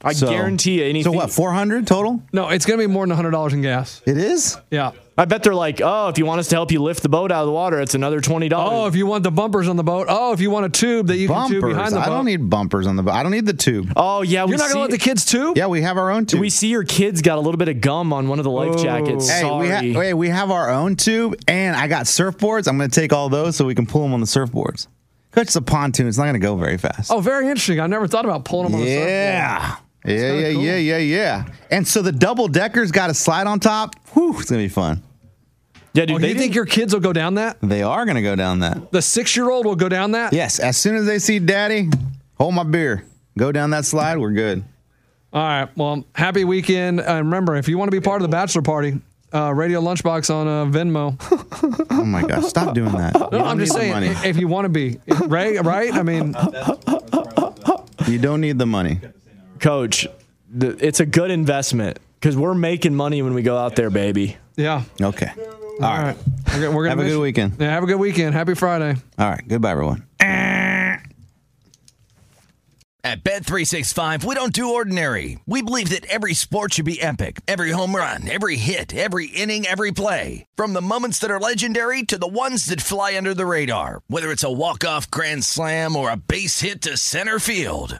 [SPEAKER 4] I
[SPEAKER 2] So-
[SPEAKER 4] guarantee you anything.
[SPEAKER 2] So what? Four hundred total?
[SPEAKER 3] No, it's gonna be more than hundred dollars in gas.
[SPEAKER 2] It is.
[SPEAKER 3] Yeah.
[SPEAKER 4] I bet they're like, oh, if you want us to help you lift the boat out of the water, it's another twenty
[SPEAKER 3] Oh,
[SPEAKER 4] dollars.
[SPEAKER 3] if you want the bumpers on the boat. Oh, if you want a tube that you can tube
[SPEAKER 2] Bumpers.
[SPEAKER 3] behind the boat.
[SPEAKER 2] I don't need bumpers on the. bo- I don't need the tube.
[SPEAKER 4] Oh, yeah, we
[SPEAKER 3] You're not
[SPEAKER 4] see,
[SPEAKER 3] gonna let the kids tube?
[SPEAKER 2] Yeah, we have our own tube.
[SPEAKER 4] we see your kids got a little bit of gum on one of the life jackets.
[SPEAKER 2] Hey,
[SPEAKER 4] Sorry.
[SPEAKER 2] we, ha- hey, we have our own tube, and I got surfboards. I'm going to take all those so we can pull them on the surfboards. Coach, it's a pontoon. It's not going to go very fast.
[SPEAKER 3] Oh, very interesting. I never thought about pulling them on Oh, the surfboard.
[SPEAKER 2] yeah. Yeah, yeah, yeah, yeah, yeah. And so the double decker's got a slide on top. Whew, it's gonna be fun.
[SPEAKER 4] Yeah, dude.
[SPEAKER 2] they
[SPEAKER 3] Oh, you think your kids will go down that?
[SPEAKER 2] They are gonna go down that.
[SPEAKER 3] The six-year-old will go down that.
[SPEAKER 2] Yes, as soon as they see daddy, hold my beer, go down that slide, we're good.
[SPEAKER 3] All right. Well, happy weekend. And remember, if you want to be part of the bachelor party, uh, Radio Lunchbox on uh, Venmo.
[SPEAKER 2] Oh my gosh, stop doing that. You
[SPEAKER 3] No,
[SPEAKER 2] don't
[SPEAKER 3] I'm just
[SPEAKER 2] need
[SPEAKER 3] saying,
[SPEAKER 2] the money.
[SPEAKER 3] i- if you want to be, right? Right? I mean,
[SPEAKER 2] You don't need the money.
[SPEAKER 4] Coach, th- it's a good investment because we're making money when we go out there, baby.
[SPEAKER 3] yeah.
[SPEAKER 2] Okay. All right.
[SPEAKER 3] We're, gonna- we're gonna
[SPEAKER 2] Have a
[SPEAKER 3] miss
[SPEAKER 2] good
[SPEAKER 3] you.
[SPEAKER 2] weekend.
[SPEAKER 3] Yeah, have a good weekend. Happy Friday.
[SPEAKER 2] All right. Goodbye, everyone.
[SPEAKER 8] At Bet365, we don't do ordinary. We believe that every sport should be epic. Every home run, every hit, every inning, every play. From the moments that are legendary to the ones that fly under the radar. Whether it's a walk-off grand slam or a base hit to center field.